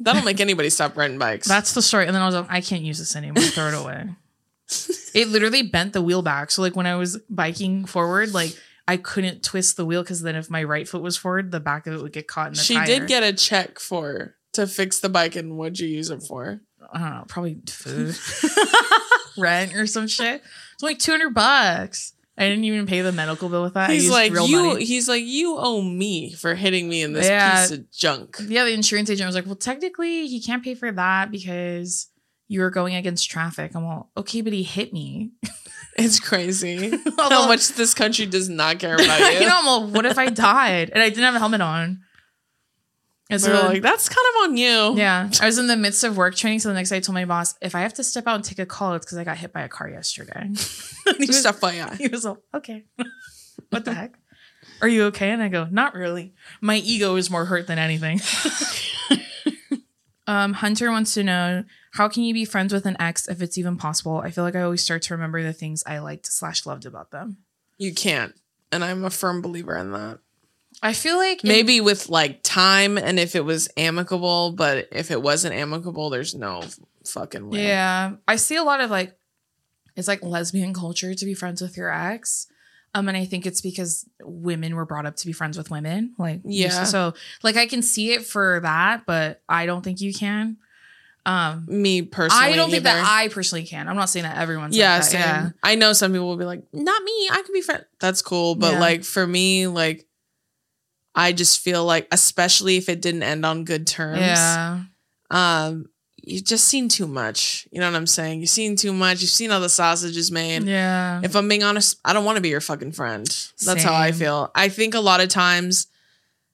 Speaker 2: That'll make anybody stop riding bikes.
Speaker 1: That's the story. And then I was like, I can't use this anymore. Throw it away. it literally bent the wheel back. So like when I was biking forward, like I couldn't twist the wheel because then if my right foot was forward, the back of it would get caught in the
Speaker 2: she
Speaker 1: tire.
Speaker 2: did get a check for to fix the bike and what'd you use it for?
Speaker 1: I don't know, probably food, rent or some shit. It's only two hundred bucks. I didn't even pay the medical bill with that. I
Speaker 2: He's
Speaker 1: used
Speaker 2: like
Speaker 1: real
Speaker 2: you
Speaker 1: money.
Speaker 2: he's like, You owe me for hitting me in this
Speaker 1: Yeah.
Speaker 2: piece of junk.
Speaker 1: Yeah, the insurance agent was like, "Well, technically, he can't pay for that because you were going against traffic." I'm all okay, but he hit me.
Speaker 2: It's crazy how
Speaker 1: Although-
Speaker 2: much this country does not care about you.
Speaker 1: you know, I'm like, what if I died and I didn't have a helmet on? And so,
Speaker 2: They're like that's kind of on you.
Speaker 1: yeah, I was in the midst of work training. So the next day, I told my boss, if I have to step out and take a call, it's because I got hit by a car yesterday.
Speaker 2: Just FYI.
Speaker 1: he was like, okay, what the heck? Are you okay? And I go, not really. My ego is more hurt than anything. um, Hunter wants to know how can you be friends with an ex if it's even possible? I feel like I always start to remember the things I liked slash loved about them.
Speaker 2: You can't. And I'm a firm believer in that.
Speaker 1: I feel like in
Speaker 2: Maybe with like time and if it was amicable, but if it wasn't amicable, there's no fucking way.
Speaker 1: Yeah. I see a lot of like, it's like lesbian culture to be friends with your ex. Um, and I think it's because women were brought up to be friends with women. Like,
Speaker 2: Yeah.
Speaker 1: So, like, I can see it for that, but I don't think you can. Um,
Speaker 2: Me personally,
Speaker 1: I don't think
Speaker 2: either.
Speaker 1: that I personally can. I'm not saying that everyone's
Speaker 2: yeah,
Speaker 1: like that.
Speaker 2: same.
Speaker 1: Yeah.
Speaker 2: I know some people will be like, not me. I can be friend. That's cool. But
Speaker 1: Yeah.
Speaker 2: like for me, like I just feel like, especially if it didn't end on good terms,
Speaker 1: Yeah.
Speaker 2: um, you just seen too much. You know what I'm saying? You've seen too much. You've seen all the sausages made.
Speaker 1: Yeah.
Speaker 2: If I'm being honest, I don't want to be your fucking friend. That's how I
Speaker 1: Same.
Speaker 2: feel. I think a lot of times,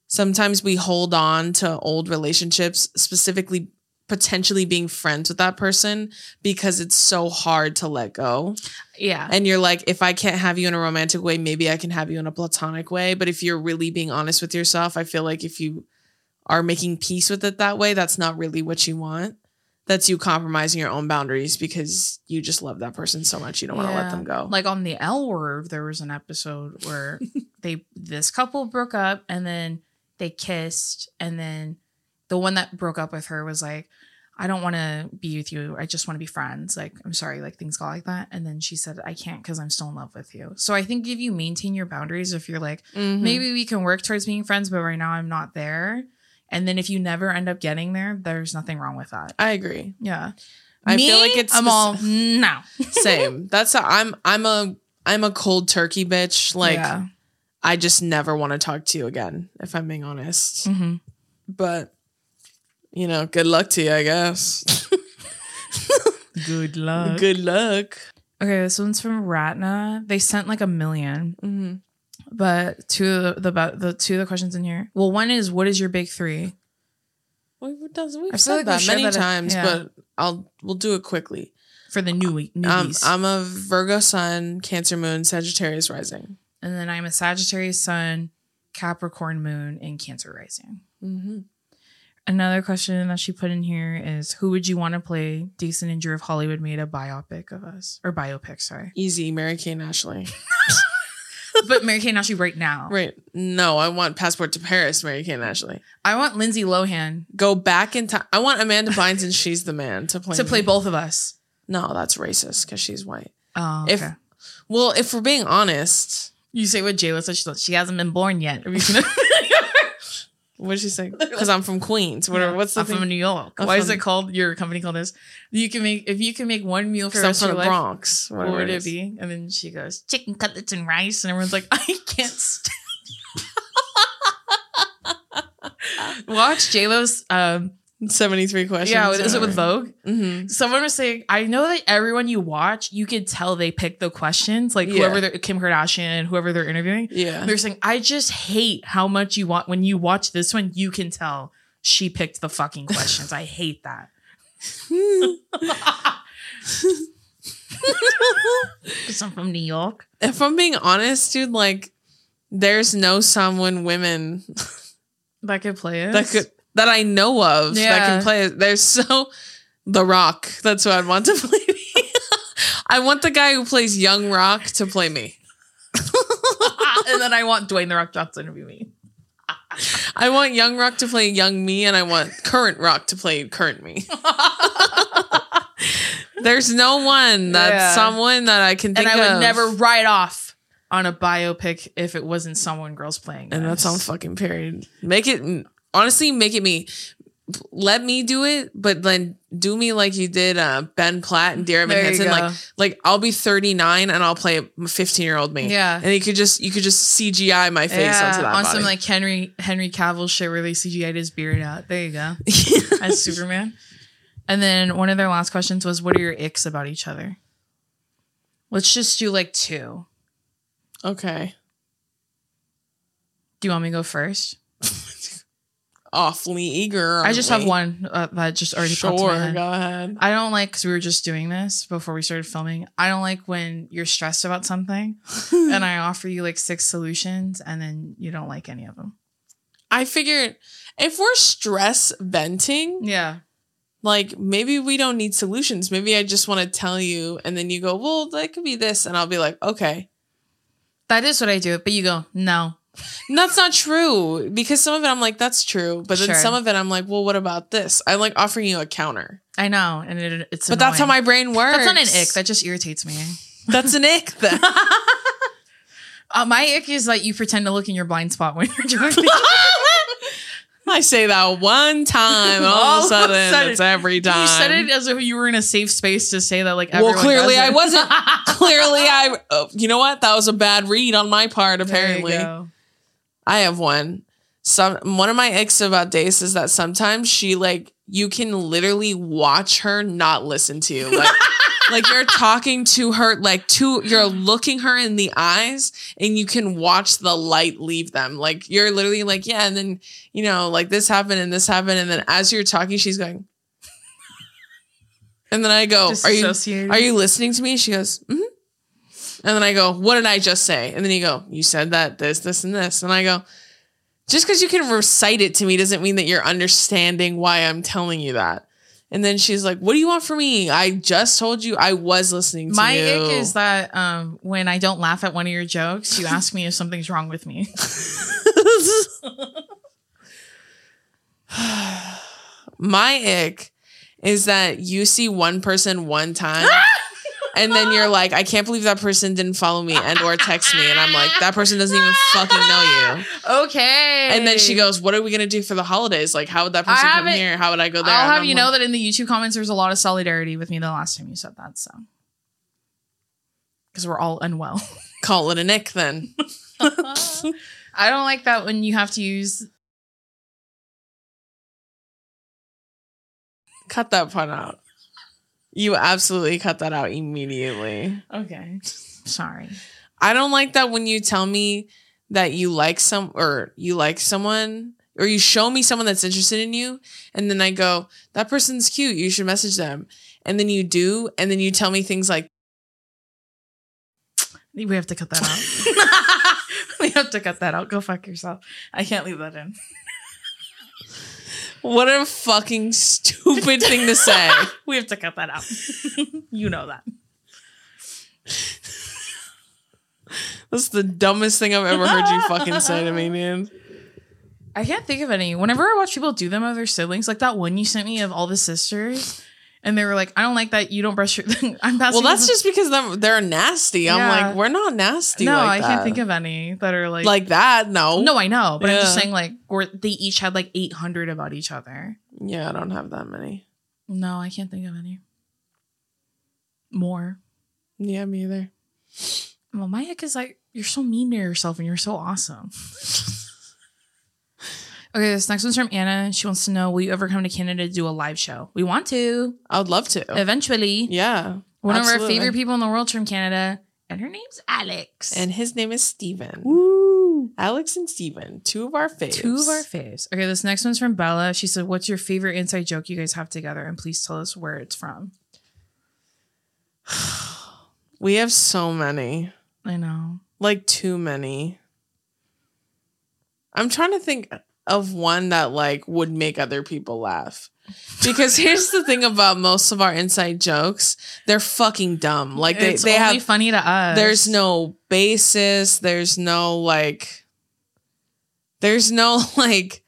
Speaker 2: sometimes we hold on to old relationships, specifically potentially being friends with that person because it's so hard to let go.
Speaker 1: yeah.
Speaker 2: And you're like, if I can't have you in a romantic way, maybe I can have you in a platonic way. But if you're really being honest with yourself, I feel like if you are making peace with it that way, that's not really what you want. That's you compromising your own boundaries because you just love that person so much you don't want to
Speaker 1: Yeah.
Speaker 2: let them go.
Speaker 1: Like on the L word, there was an episode where they this couple broke up and then they kissed and then the one that broke up with her was like, I don't want to be with you. I just want to be friends. Like, I'm sorry, like things got like that. And then she said, I can't because I'm still in love with you. So I think if you maintain your boundaries, if you're like,
Speaker 2: Mm-hmm.
Speaker 1: maybe we can work towards being friends, but right now I'm not there. And then if you never end up getting there, there's nothing wrong with that.
Speaker 2: I agree.
Speaker 1: Yeah.
Speaker 2: I
Speaker 1: Me,
Speaker 2: feel like it's
Speaker 1: I'm
Speaker 2: the-
Speaker 1: all no.
Speaker 2: Same. That's how I'm I'm a I'm a cold turkey bitch. Like
Speaker 1: Yeah.
Speaker 2: I just never want to talk to you again, if I'm being honest.
Speaker 1: Mhm.
Speaker 2: But you know, good luck to you, I guess.
Speaker 1: Good luck.
Speaker 2: good luck.
Speaker 1: Okay, this one's from Ratna. They sent like a million,
Speaker 2: Mm-hmm.
Speaker 1: but two of the, the about the two of the questions in here. Well, one is what is your big three?
Speaker 2: We've, done,
Speaker 1: I
Speaker 2: we've
Speaker 1: feel
Speaker 2: said
Speaker 1: like we
Speaker 2: that
Speaker 1: shared
Speaker 2: many
Speaker 1: that, uh,
Speaker 2: times,
Speaker 1: yeah.
Speaker 2: but I'll we'll do it quickly.
Speaker 1: for the new week
Speaker 2: Um,
Speaker 1: newbies?
Speaker 2: I'm a Virgo Sun, Cancer Moon, Sagittarius Rising.
Speaker 1: and then I'm a Sagittarius Sun, Capricorn Moon, and Cancer Rising.
Speaker 2: Mm-hmm.
Speaker 1: Another question that she put in here is who would you want to play? Decent and Drew of Hollywood made a biopic of us or biopic, sorry.
Speaker 2: Easy, Mary Kay and Ashley.
Speaker 1: but Mary Kay and Ashley right now.
Speaker 2: right? No, I want Passport to Paris, Mary Kay and Ashley.
Speaker 1: I want Lindsay Lohan
Speaker 2: go back in time. I want Amanda Bynes and She's the Man to play
Speaker 1: to play
Speaker 2: me.
Speaker 1: both of us.
Speaker 2: No, that's racist because she's white.
Speaker 1: Oh,
Speaker 2: If-
Speaker 1: okay.
Speaker 2: Well, if we're being honest,
Speaker 1: you say what Jayla said, she's like, she hasn't been born yet. Are you gonna-
Speaker 2: what did she say? Because I'm from Queens. What, are- What's the
Speaker 1: I'm
Speaker 2: thing?
Speaker 1: from New York.
Speaker 2: I'm
Speaker 1: Why is
Speaker 2: from-
Speaker 1: it called your company called this? You can make if you can make one meal for
Speaker 2: 'Cause
Speaker 1: the
Speaker 2: I'm
Speaker 1: rest of
Speaker 2: from
Speaker 1: your
Speaker 2: the
Speaker 1: life.
Speaker 2: Bronx.
Speaker 1: What
Speaker 2: whatever
Speaker 1: would
Speaker 2: it
Speaker 1: it
Speaker 2: is.
Speaker 1: be? And then she goes chicken cutlets and rice, and everyone's like, I can't. St-. Watch J Lo's. Um,
Speaker 2: 73 questions.
Speaker 1: yeah, is it with
Speaker 2: whatever.
Speaker 1: Vogue?
Speaker 2: Mhm.
Speaker 1: Someone was saying, I know that everyone you watch, you could tell they pick the questions, like
Speaker 2: Yeah.
Speaker 1: whoever they're Kim Kardashian, whoever they're interviewing.
Speaker 2: Yeah.
Speaker 1: They're saying, I just hate how much you want when you watch this one, you can tell she picked the fucking questions. I hate that. Because I'm from New York.
Speaker 2: if I'm being honest, dude, like, there's no someone women
Speaker 1: That could play it.
Speaker 2: that could that I know of that
Speaker 1: Yeah.
Speaker 2: can play. it. There's so The Rock. That's who I'd want to play. me. I want the guy who plays Young Rock to play me.
Speaker 1: and then I want Dwayne the Rock Johnson to interview me.
Speaker 2: I want Young Rock to play Young Me, and I want Current Rock to play Current Me. There's no one that
Speaker 1: Yeah.
Speaker 2: someone that I can
Speaker 1: And
Speaker 2: think
Speaker 1: I would
Speaker 2: of.
Speaker 1: never write off on a biopic if it wasn't someone girls playing.
Speaker 2: And that's
Speaker 1: this.
Speaker 2: on fucking period. Make it honestly, make it me. Let me do it, but then do me like you did uh, Ben Platt and Dear Evan
Speaker 1: There you
Speaker 2: Hansen.
Speaker 1: go.
Speaker 2: Like, like I'll be 39 and I'll play a 15 year old me.
Speaker 1: Yeah.
Speaker 2: and you could just you could just CGI my face onto that
Speaker 1: on
Speaker 2: body.
Speaker 1: some like Henry Henry Cavill shit where they CGI'd his beard out. There you go. As Superman. And then one of their last questions was, "What are your icks about each other?" Let's just do like two.
Speaker 2: okay,
Speaker 1: Do you want me to go first?
Speaker 2: awfully eager.
Speaker 1: I just
Speaker 2: aren't
Speaker 1: have
Speaker 2: we?
Speaker 1: one uh, that just already
Speaker 2: Sure,
Speaker 1: popped in my head.
Speaker 2: go ahead.
Speaker 1: I don't like because we were just doing this before we started filming. I don't like when you're stressed about something and I offer you like six solutions and then you don't like any of them.
Speaker 2: I figured if we're stress venting,
Speaker 1: Yeah.
Speaker 2: like maybe we don't need solutions. Maybe I just want to tell you, and then you go, well, that could be this, and I'll be like, okay.
Speaker 1: That is what I do. But you go, no.
Speaker 2: And that's not true because some of it I'm like, that's true, but then
Speaker 1: Sure.
Speaker 2: some of it I'm like, well, what about this? I like offering you a counter,
Speaker 1: I know. And it, it's
Speaker 2: but that's how
Speaker 1: annoying.
Speaker 2: my brain works.
Speaker 1: That's not an ick. That just irritates me.
Speaker 2: that's an ick. Then
Speaker 1: Uh, my ick is like you pretend to look in your blind spot when you're doing it.
Speaker 2: I say that one time, all, of a sudden, it's every time.
Speaker 1: You said it as if you were in a safe space to say that. Like,
Speaker 2: Well,
Speaker 1: everyone
Speaker 2: clearly
Speaker 1: does
Speaker 2: I
Speaker 1: it.
Speaker 2: wasn't. Clearly, I. oh, you know what? That was a bad read on my part.
Speaker 1: There you
Speaker 2: Apparently,
Speaker 1: go.
Speaker 2: I have one. Some one of my icks about Dace is that sometimes she like you can literally watch her not listen to you. Like, like you're talking to her, like to you're looking her in the eyes, and you can watch the light leave them. Like you're literally like, yeah, and then you know, like this happened and this happened, and then as you're talking, she's going. And then I go, Oh, "Are you
Speaker 1: Disassociated.
Speaker 2: are you listening to me? She goes, mm-hmm. and then I go, what did I just say? And then you go, you said that, this, this, and this. And I go, just because you can recite it to me doesn't mean that you're understanding why I'm telling you that. And then she's like, what do you want from me? I just told you I was listening to
Speaker 1: My
Speaker 2: you.
Speaker 1: ick is that um, when I don't laugh at one of your jokes, you ask me if something's wrong with me.
Speaker 2: My ick is that you see one person one time and then you're like, I can't believe that person didn't follow me and or text me. And I'm like, that person doesn't even fucking know you.
Speaker 1: okay.
Speaker 2: And then she goes, What are we gonna do for the holidays? Like, how would that
Speaker 1: I
Speaker 2: person come
Speaker 1: haven't-
Speaker 2: here? How would I go there?
Speaker 1: I'll
Speaker 2: And
Speaker 1: have
Speaker 2: I'm
Speaker 1: you know
Speaker 2: like,
Speaker 1: that in the YouTube comments, there's a lot of solidarity with me the last time you said that. So, because we're all unwell.
Speaker 2: call it a nick then.
Speaker 1: I don't like that when you have to use.
Speaker 2: Cut that part out. You absolutely cut that out immediately.
Speaker 1: Okay. Sorry.
Speaker 2: I don't like that when you tell me that you like some or you like someone or you show me someone that's interested in you and then I go, that person's cute, you should message them. And then you do, and then you tell me things like,
Speaker 1: We have to cut that out. we have to cut that out. Go fuck yourself. I can't leave that in.
Speaker 2: what a fucking stupid thing to say.
Speaker 1: We have to cut that out. you know that.
Speaker 2: That's the dumbest thing I've ever heard you fucking say to me, man.
Speaker 1: I can't think of any. Whenever I watch people do them of their siblings, like that one you sent me of all the sisters, and they were like, "I don't like that you don't brush your." I'm passing.
Speaker 2: Well, that's
Speaker 1: this-
Speaker 2: just because they're, they're nasty. I'm
Speaker 1: Yeah.
Speaker 2: like, we're not nasty.
Speaker 1: no.
Speaker 2: like
Speaker 1: I can't
Speaker 2: that.
Speaker 1: think of any that are like
Speaker 2: like that. No,
Speaker 1: No, I know, but I'm just
Speaker 2: Yeah.
Speaker 1: saying like, or they each had like 800 about each other.
Speaker 2: Yeah, I don't have that many.
Speaker 1: No, I can't think of any more.
Speaker 2: Yeah, me either.
Speaker 1: Well, my ick is like, you're so mean to yourself and you're so awesome. okay, this next one's from Anna. She wants to know Will you ever come to Canada to do a live show? We want to
Speaker 2: I would love to.
Speaker 1: eventually.
Speaker 2: Oh. yeah,
Speaker 1: One of our
Speaker 2: absolutely.
Speaker 1: favorite people in the world's from Canada, and her name's Alex.
Speaker 2: And his name is Steven.
Speaker 3: Woo!
Speaker 2: Alex and Steven, two of our faves.
Speaker 1: Two of our faves. Okay, this next one's from Bella. She said, What's your favorite inside joke you guys have together? And please tell us where it's from.
Speaker 2: We have so many,
Speaker 1: I know.
Speaker 2: like too many. I'm trying to think of one that like would make other people laugh. Because here's the thing about most of our inside jokes, they're fucking dumb. Like they,
Speaker 1: it's
Speaker 2: they
Speaker 1: only
Speaker 2: have
Speaker 1: funny to us.
Speaker 2: there's no basis there's no like there's no like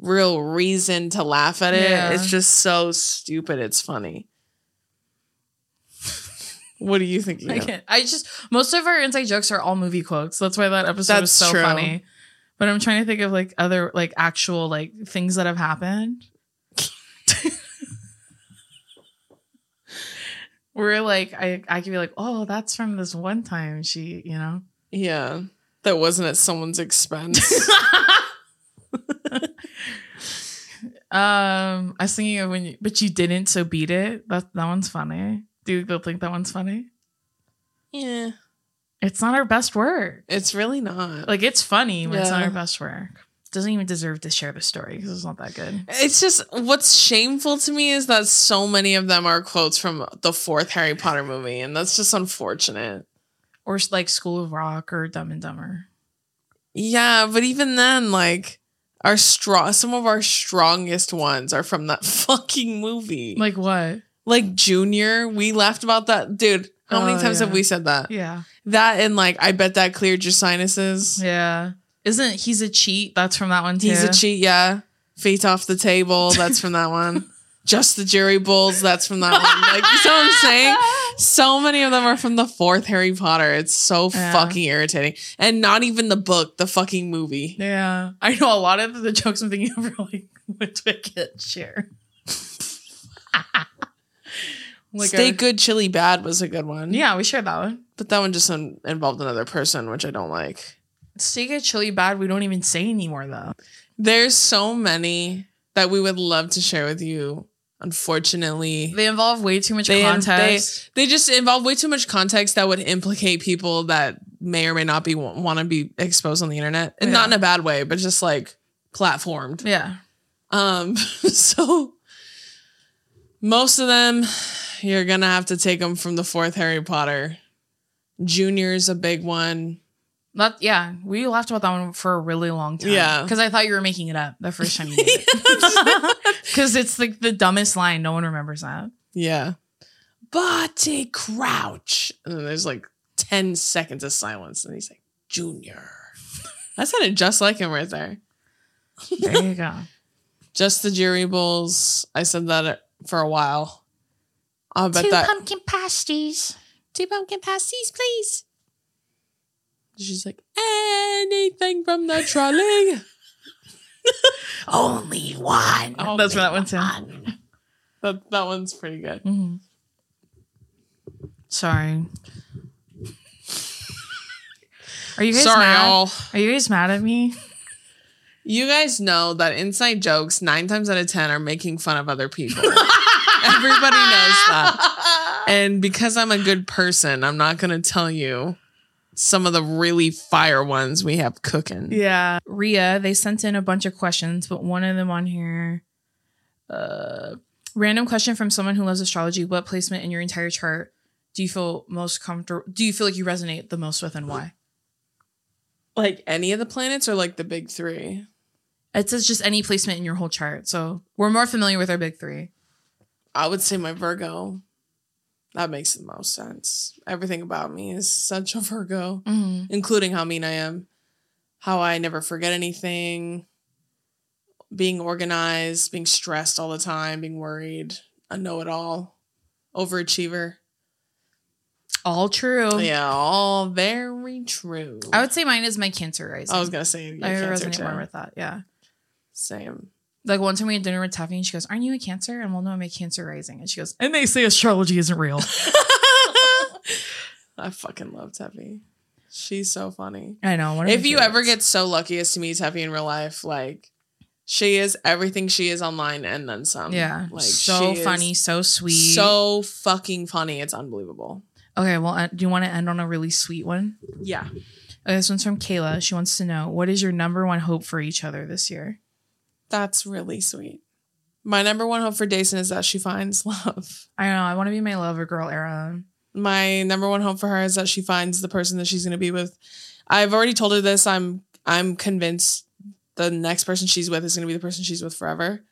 Speaker 2: real reason to laugh at it
Speaker 1: Yeah.
Speaker 2: it's just so stupid it's funny what do you think
Speaker 1: I
Speaker 2: Ian?
Speaker 1: can't. I just most of our inside jokes are all movie quotes. That's why that episode
Speaker 2: That's
Speaker 1: was so
Speaker 2: true.
Speaker 1: funny. But I'm trying to think of like other like actual like things that have happened. Where like I I could be like, oh, that's from this one time she, you know.
Speaker 2: yeah that wasn't at someone's expense
Speaker 1: um, I was thinking of when you, but you didn't, so beat it. That that one's funny. Do you think that one's funny?
Speaker 2: yeah
Speaker 1: It's not our best work.
Speaker 2: it's really not
Speaker 1: Like it's funny, but it's not
Speaker 2: Yeah.
Speaker 1: our best work. Doesn't even deserve to share the story because it's not that good.
Speaker 2: it's just what's shameful to me is that so many of them are quotes from the fourth Harry Potter movie, and that's just unfortunate.
Speaker 1: Or s- like School of Rock or Dumb and Dumber.
Speaker 2: Yeah, but even then, like our strong, some of our strongest ones are from that fucking movie. Like,
Speaker 1: Like what?
Speaker 2: Junior, we laughed about that, dude. How many
Speaker 1: Oh,
Speaker 2: times
Speaker 1: yeah.
Speaker 2: have we said that?
Speaker 1: Yeah,
Speaker 2: That and like, I bet that cleared your sinuses.
Speaker 1: yeah. Isn't he's a cheat? That's from that one too.
Speaker 2: He's a cheat, yeah. Feet off the table. That's from that one. just the Jerry Bulls. That's from that one. Like, you see what I'm saying? So many of them are from the fourth Harry Potter. It's so
Speaker 1: Yeah.
Speaker 2: fucking irritating. And not even the book, the fucking movie.
Speaker 1: Yeah. I know a lot of the jokes I'm thinking of are like, which wicked share. like
Speaker 2: Stay
Speaker 1: a-
Speaker 2: good, chili bad was a good one.
Speaker 1: Yeah, we shared that one.
Speaker 2: But that one just un- involved another person, which I don't like.
Speaker 1: Stay good, chili bad. We don't even say anymore though.
Speaker 2: There's so many that we would love to share with you. Unfortunately,
Speaker 1: They involve way too much
Speaker 2: They-
Speaker 1: context.
Speaker 2: they just involve way too much context that would implicate people that may or may not be want to be exposed on the internet, and not
Speaker 1: Yeah.
Speaker 2: in a bad way, but just like platformed.
Speaker 1: yeah.
Speaker 2: Um, so most of them, you're gonna have to take them from the fourth Harry Potter. Junior's a big one.
Speaker 1: That yeah, we laughed about that one for a really long time.
Speaker 2: Yeah.
Speaker 1: because I thought you were making it up the first time you did it. Because it's like the dumbest line. No one remembers that.
Speaker 2: Yeah, but a crouch, and then there's like ten seconds of silence, and he's like, Junior. That sounded just like him right there.
Speaker 1: There you go.
Speaker 2: Just the Jerry Bulls. I said that uh, for a while. I bet that
Speaker 1: pumpkin pasties.
Speaker 2: two pumpkin pasties, please. She's like anything from the trolley.
Speaker 1: Only one. Oh, That's where that one's in.
Speaker 2: that that one's pretty good.
Speaker 1: Mhm. Sorry. Are you guys
Speaker 2: Sorry,
Speaker 1: mad?
Speaker 2: all.
Speaker 1: Are you guys mad at me?
Speaker 2: You guys know that inside jokes nine times out of ten are making fun of other people. Everybody knows that. And because I'm a good person, I'm not gonna tell you some of the really fire ones we have cooking.
Speaker 1: Yeah. Rhea, they sent in a bunch of questions, but one of them on here. Uh, random question from someone who loves astrology. What placement in your entire chart do you feel most comfortable? Do you feel like you resonate the most with and why?
Speaker 2: Like any of the planets or like the big three?
Speaker 1: It says just any placement in your whole chart. So we're more familiar with our big three.
Speaker 2: I would say my Virgo. That makes the most sense. Everything about me is such a Virgo,
Speaker 1: Mm-hmm.
Speaker 2: including how mean I am, how I never forget anything, being organized, being stressed all the time, being worried, a know it all, overachiever.
Speaker 1: All true.
Speaker 2: Yeah, all very true.
Speaker 1: Oh. I would say mine is my cancer rising.
Speaker 2: I was going to say, yeah,
Speaker 1: I
Speaker 2: Cancer
Speaker 1: resonate
Speaker 2: too.
Speaker 1: more with that. Yeah.
Speaker 2: Same.
Speaker 1: Like one time we had dinner with Taffy and she goes, Aren't you a cancer? And well, no, I'm a cancer rising. And she goes, And they say astrology isn't real.
Speaker 2: I fucking love Tevi. She's so funny.
Speaker 1: I know. one of
Speaker 2: if
Speaker 1: my
Speaker 2: you ever
Speaker 1: favorites.
Speaker 2: get so lucky as to meet Teffy in real life, like she is everything she is online and then some.
Speaker 1: Yeah.
Speaker 2: Um, like
Speaker 1: so
Speaker 2: she is
Speaker 1: funny, so sweet.
Speaker 2: so fucking funny. It's unbelievable.
Speaker 1: okay. Well, uh, do you want to end on a really sweet one?
Speaker 2: Yeah,
Speaker 1: Okay, this one's from Kayla. She wants to know what is your number one hope for each other this year.
Speaker 2: that's really sweet. My number one hope for Dayson is that she finds love.
Speaker 1: I don't know. I want to be my lover girl era.
Speaker 2: My number one hope for her is that she finds the person that she's gonna be with. I've already told her this. I'm I'm convinced the next person she's with is gonna be the person she's with forever.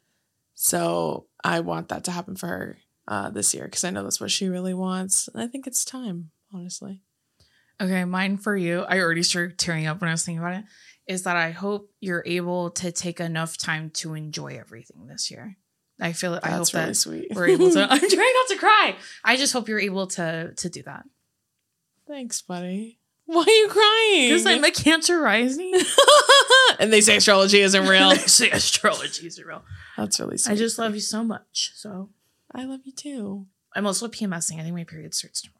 Speaker 2: So I want that to happen for her uh, this year because I know that's what she really wants. And I think it's time, honestly.
Speaker 1: Okay, mine for you. I already started tearing up when I was thinking about it. Is that I hope you're able to take enough time to enjoy everything this year. I feel. I hope
Speaker 2: That's really
Speaker 1: that
Speaker 2: sweet.
Speaker 1: we're able to. I'm trying not to cry. I just hope you're able to to do that
Speaker 2: Thanks, buddy. Why are you crying?
Speaker 1: because I'm a Cancer rising.
Speaker 2: and they say astrology isn't real.
Speaker 1: Say astrology is real.
Speaker 2: that's really sweet.
Speaker 1: I just love you so much. So
Speaker 2: I love you too.
Speaker 1: I'm also PMSing. I think my period starts tomorrow.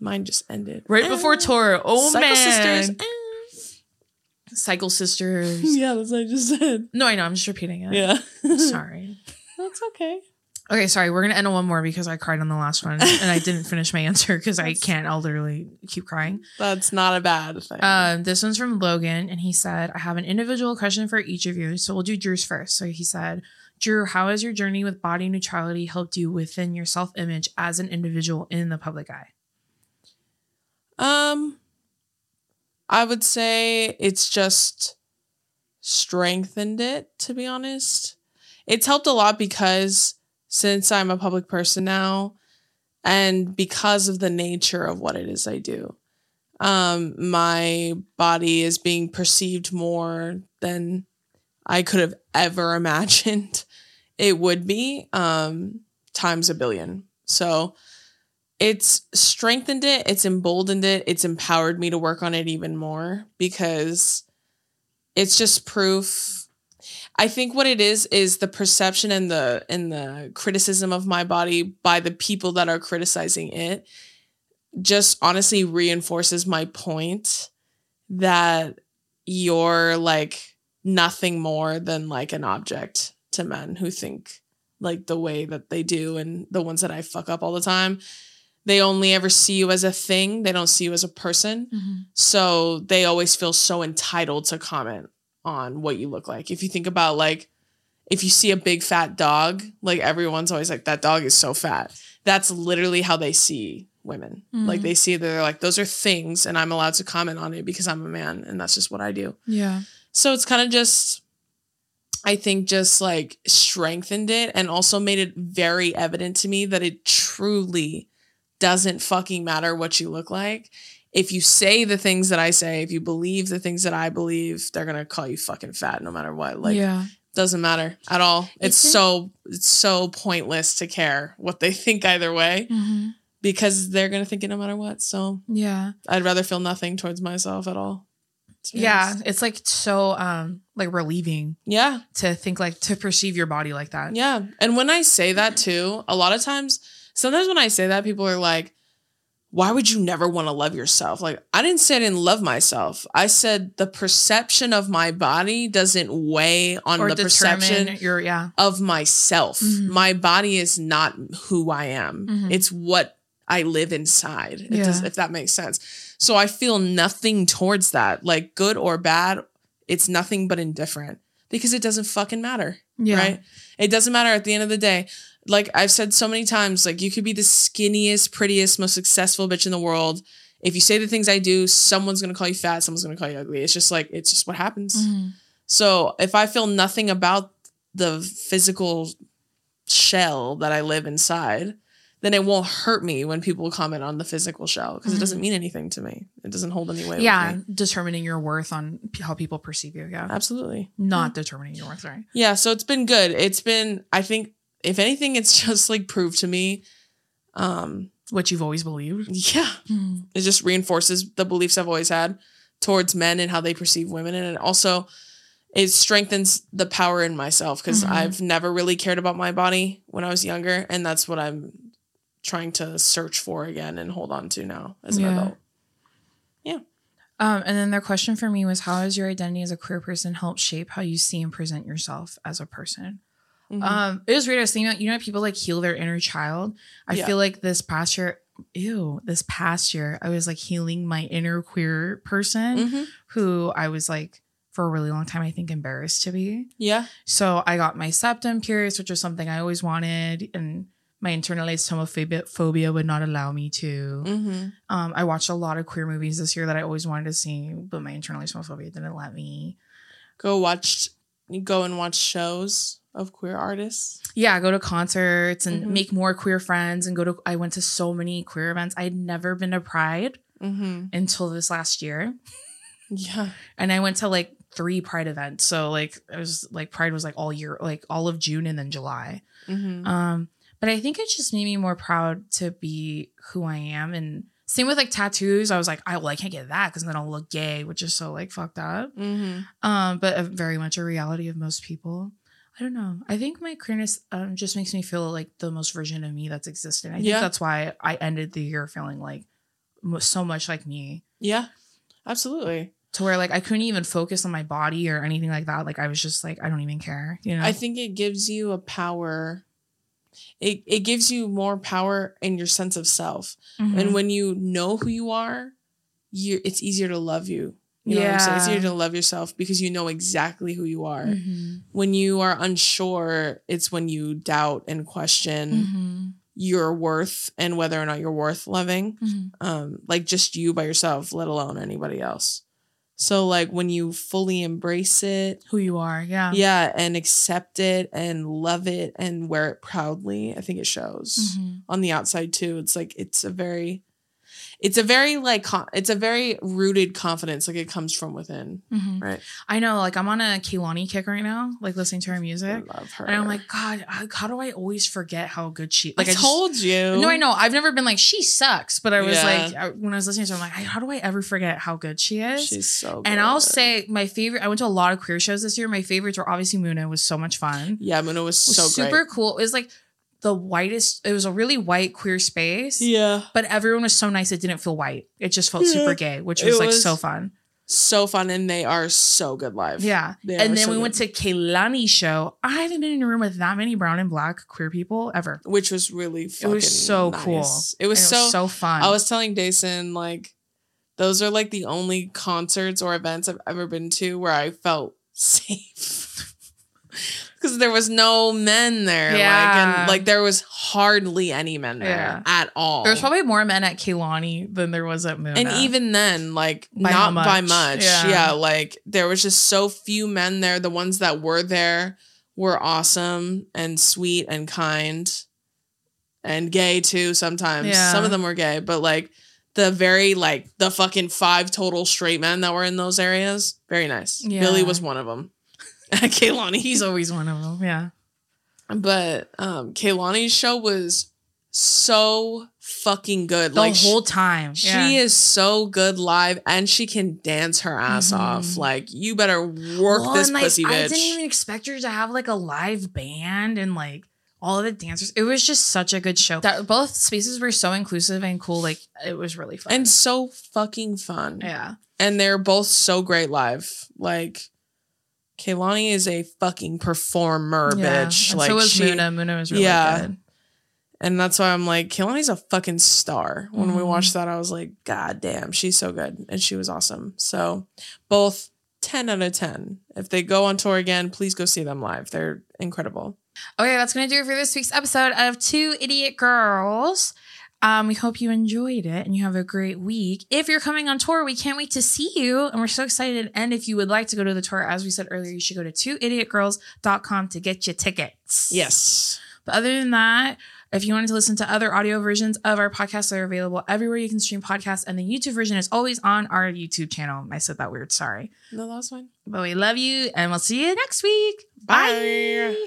Speaker 2: Mine just ended Ah,
Speaker 1: Right before Toro. Oh
Speaker 2: Psycho
Speaker 1: man.
Speaker 2: Sisters.
Speaker 1: Sisters. Cycle Sisters.
Speaker 2: yeah, that's what I just said.
Speaker 1: No, I know. I'm just repeating it.
Speaker 2: Yeah.
Speaker 1: Sorry.
Speaker 2: That's okay.
Speaker 1: Okay, sorry. We're gonna end on one more because I cried on the last one and I didn't finish my answer because I
Speaker 2: That's-
Speaker 1: can't. I'll literally keep crying.
Speaker 2: That's not a bad thing.
Speaker 1: Um, this one's from Logan, and he said, I have an individual question for each of you. So we'll do Drew's first. So he said, Drew, how has your journey with body neutrality helped you within your self image as an individual in the public eye?
Speaker 2: um, I would say it's just strengthened it, to be honest. It's helped a lot because since I'm a public person now and because of the nature of what it is I do, um, my body is being perceived more than I could have ever imagined it would be. Um, times a billion. So it's strengthened it, it's emboldened it, it's empowered me to work on it even more because it's just proof. I think what it is is the perception and the and the criticism of my body by the people that are criticizing it just honestly reinforces my point that you're like nothing more than like an object to men who think like the way that they do and the ones that I fuck up all the time. They only ever see you as a thing, they don't see you as a person.
Speaker 1: Mm-hmm.
Speaker 2: So they always feel so entitled to comment on what you look like. If you think about like if you see a big fat dog, like everyone's always like that dog is so fat. That's literally how they see women. Like
Speaker 1: Mhm.
Speaker 2: they see they're like those are things and I'm allowed to comment on it because I'm a man and that's just what I do.
Speaker 1: Yeah.
Speaker 2: So it's kind of just, I think, just like strengthened it and also made it very evident to me that it truly doesn't fucking matter what you look like. If you say the things that I say, if you believe the things that I believe, they're gonna call you fucking fat no matter what. Like
Speaker 1: yeah.
Speaker 2: doesn't matter at all. It's
Speaker 1: Isn't-
Speaker 2: so it's so pointless to care what they think either way
Speaker 1: hmm
Speaker 2: because they're gonna think it no matter what. So
Speaker 1: Yeah.
Speaker 2: I'd rather feel nothing towards myself at all. to be
Speaker 1: Yeah.
Speaker 2: honest.
Speaker 1: It's like so um like relieving
Speaker 2: Yeah.
Speaker 1: to think like to perceive your body like that.
Speaker 2: Yeah. And when I say that too, a lot of times, sometimes when I say that, people are like, why would you never want to love yourself? Like, I didn't say I didn't love myself. I said the perception of my body doesn't weigh on
Speaker 1: Or
Speaker 2: the
Speaker 1: determine
Speaker 2: perception
Speaker 1: your yeah.
Speaker 2: of myself.
Speaker 1: Mhm.
Speaker 2: My body is not who I am,
Speaker 1: Mhm.
Speaker 2: it's what I live inside, It
Speaker 1: Yeah.
Speaker 2: does- if that makes sense. So I feel nothing towards that, like good or bad. It's nothing but indifferent because it doesn't fucking matter
Speaker 1: Yeah.
Speaker 2: right? It doesn't matter at the end of the day. Like I've said so many times, like you could be the skinniest, prettiest, most successful bitch in the world. If you say the things I do, someone's gonna call you fat, someone's gonna call you ugly. It's just like it's just what happens.
Speaker 1: Mhm.
Speaker 2: So if I feel nothing about the physical shell that I live inside, then it won't hurt me when people comment on the physical shell because
Speaker 1: Mhm.
Speaker 2: it doesn't mean anything to me. It doesn't hold any weight. with
Speaker 1: Mm-hmm. Yeah.
Speaker 2: me.
Speaker 1: Determining your worth on p- how people perceive you. Yeah.
Speaker 2: absolutely.
Speaker 1: Not determining your worth, right?
Speaker 2: Yeah, so it's been good. It's been I think if anything it's just like proved to me um
Speaker 1: What you've always believed.
Speaker 2: yeah,
Speaker 1: Mhm.
Speaker 2: it just reinforces the beliefs I've always had towards men and how they perceive women and it also it strengthens the power in myself because
Speaker 1: Mhm.
Speaker 2: I've never really cared about my body when I was younger and that's what I'm trying to search for again and hold on to now as an
Speaker 1: Yeah.
Speaker 2: adult.
Speaker 1: Um, and then their question for me was how has your identity as a queer person helped shape how you see and present yourself as a person?
Speaker 2: Mhm.
Speaker 1: Um, it was weird. I was thinking, about, you know, people like heal their inner child. I
Speaker 2: Yeah.
Speaker 1: feel like this past year, ew, this past year, I was like healing my inner queer person
Speaker 2: Mhm.
Speaker 1: who I was like for a really long time, I think embarrassed to be.
Speaker 2: Yeah.
Speaker 1: So I got my septum pierced, which was something I always wanted, and my internalized homophobia phobia would not allow me to.
Speaker 2: Mhm.
Speaker 1: Um, I watched a lot of queer movies this year that I always wanted to see, but my internalized homophobia didn't let me.
Speaker 2: Go watch go and watch shows of queer artists.
Speaker 1: Yeah, go to concerts and
Speaker 2: Mhm.
Speaker 1: make more queer friends and go to. I went to so many queer events. I had never been to Pride
Speaker 2: Mhm.
Speaker 1: until this last year,
Speaker 2: Yeah.
Speaker 1: and I went to like three Pride events. So like it was like Pride was like all year, like all of June and then July.
Speaker 2: Mm-hmm.
Speaker 1: Um, but I think it just made me more proud to be who I am. And same with like tattoos. I was like, I well, I can't get that because then I'll look gay, which is so like fucked up.
Speaker 2: Mm-hmm.
Speaker 1: um, but a, very much a reality of most people. I don't know. I think my queerness um, just makes me feel like the most version of me that's existed. I
Speaker 2: Yeah.
Speaker 1: think that's why I ended the year feeling like mo- so much like me,
Speaker 2: Yeah, absolutely.
Speaker 1: to where like I couldn't even focus on my body or anything like that. Like I was just like I don't even care, you know.
Speaker 2: I think it gives you a power. It, it gives you more power in your sense of self.
Speaker 1: Mhm.
Speaker 2: And when you know who you are, you it's easier to love you. You know what I'm saying? It's
Speaker 1: Yeah.
Speaker 2: easier to love yourself because you know exactly who you are.
Speaker 1: Mhm.
Speaker 2: When you are unsure, it's when you doubt and question
Speaker 1: Mhm.
Speaker 2: your worth and whether or not you're worth loving.
Speaker 1: Mhm.
Speaker 2: um, like just you by yourself, let alone anybody else. So like when you fully embrace it,
Speaker 1: who you are, yeah.
Speaker 2: yeah, and accept it and love it and wear it proudly, I think it shows
Speaker 1: Mhm.
Speaker 2: on the outside too. It's like it's a very it's a very like con- it's a very rooted confidence. Like it comes from within,
Speaker 1: Mhm.
Speaker 2: right?
Speaker 1: I know, like I'm on a Kehlani kick right now, like listening to her music,
Speaker 2: I love her.
Speaker 1: and I'm like, God, I- how do I always forget how good she? Like
Speaker 2: I,
Speaker 1: I, just-
Speaker 2: told you.
Speaker 1: No, I know. I've never been like she sucks, but I was
Speaker 2: Yeah.
Speaker 1: like I- when I was listening to her, I'm like, I- how do I ever forget how good she is?
Speaker 2: She's so.
Speaker 1: and I'll
Speaker 2: good.
Speaker 1: say my favorite. I went to a lot of queer shows this year. My favorites were obviously Muna was so much fun.
Speaker 2: yeah,
Speaker 1: It
Speaker 2: Muna was
Speaker 1: was
Speaker 2: so
Speaker 1: super cool. It was like the whitest. It was a really white queer space,
Speaker 2: great. Yeah,
Speaker 1: but everyone was so nice. It didn't feel white. It just felt
Speaker 2: Yeah.
Speaker 1: super gay, which
Speaker 2: It
Speaker 1: was like
Speaker 2: was-
Speaker 1: so fun.
Speaker 2: so fun, and they are so good live.
Speaker 1: Yeah.
Speaker 2: They are
Speaker 1: and then
Speaker 2: so
Speaker 1: we went
Speaker 2: good.
Speaker 1: to Kaylani's show. I haven't been in a room with that many brown and black queer people ever.
Speaker 2: which was really
Speaker 1: It
Speaker 2: fucking
Speaker 1: was so cool.
Speaker 2: nice. It was
Speaker 1: And
Speaker 2: so.
Speaker 1: so fun.
Speaker 2: I was telling Dason like, those are like the only concerts or events I've ever been to where I felt safe. Because there was no men there, like,
Speaker 1: Yeah.
Speaker 2: and like there was hardly any men there
Speaker 1: Yeah.
Speaker 2: at all.
Speaker 1: There was probably more men at Kaylani than there was at Moon.
Speaker 2: and even then, like
Speaker 1: By how
Speaker 2: not by
Speaker 1: much?
Speaker 2: much.
Speaker 1: Yeah.
Speaker 2: Yeah. like there was just so few men there. The ones that were there were awesome and sweet and kind and gay too sometimes.
Speaker 1: Yeah.
Speaker 2: Some of them were gay, but like the very like the fucking five total straight men that were in those areas, very nice.
Speaker 1: Yeah.
Speaker 2: Billy was one of them. Kaylani,
Speaker 1: he's always one of them. Yeah.
Speaker 2: but um Kaylani's show was so fucking good.
Speaker 1: The
Speaker 2: like she-
Speaker 1: whole time.
Speaker 2: she
Speaker 1: yeah.
Speaker 2: is so good live and she can dance her ass
Speaker 1: Mhm.
Speaker 2: off. Like, you better work
Speaker 1: Well,
Speaker 2: this
Speaker 1: and, like,
Speaker 2: pussy
Speaker 1: I
Speaker 2: bitch.
Speaker 1: didn't even expect her to have like a live band and like all of the dancers. It was just such a good show. That both spaces were so inclusive and cool. Like it was really fun.
Speaker 2: and so fucking fun.
Speaker 1: yeah.
Speaker 2: And they're both so great live. Like, Kaylani is a fucking performer,
Speaker 1: yeah.
Speaker 2: bitch.
Speaker 1: And
Speaker 2: like,
Speaker 1: so was
Speaker 2: she,
Speaker 1: Muna. Muna was really
Speaker 2: Yeah.
Speaker 1: good.
Speaker 2: and that's why I'm like, Kaylani's a fucking star. When we
Speaker 1: Mhm.
Speaker 2: watched that, I was like, God damn, she's so good. And she was awesome. So, both 10 out of 10. If they go on tour again, please go see them live. They're incredible.
Speaker 1: Okay, that's gonna do it for this week's episode of Two Idiot Girls. Um, we hope you enjoyed it and you have a great week. If you're coming on tour, we can't wait to see you, and we're so excited. And if you would like to go to the tour, as we said earlier, you should go to twoidiotgirls.com to get your tickets.
Speaker 2: Yes.
Speaker 1: But other than that, if you wanted to listen to other audio versions of our podcast, they're available everywhere you can stream podcasts, and the YouTube version is always on our YouTube channel. I said that weird, sorry.
Speaker 2: No, that was fine.
Speaker 1: But we love you, and we'll see you next week. Bye.
Speaker 2: Bye.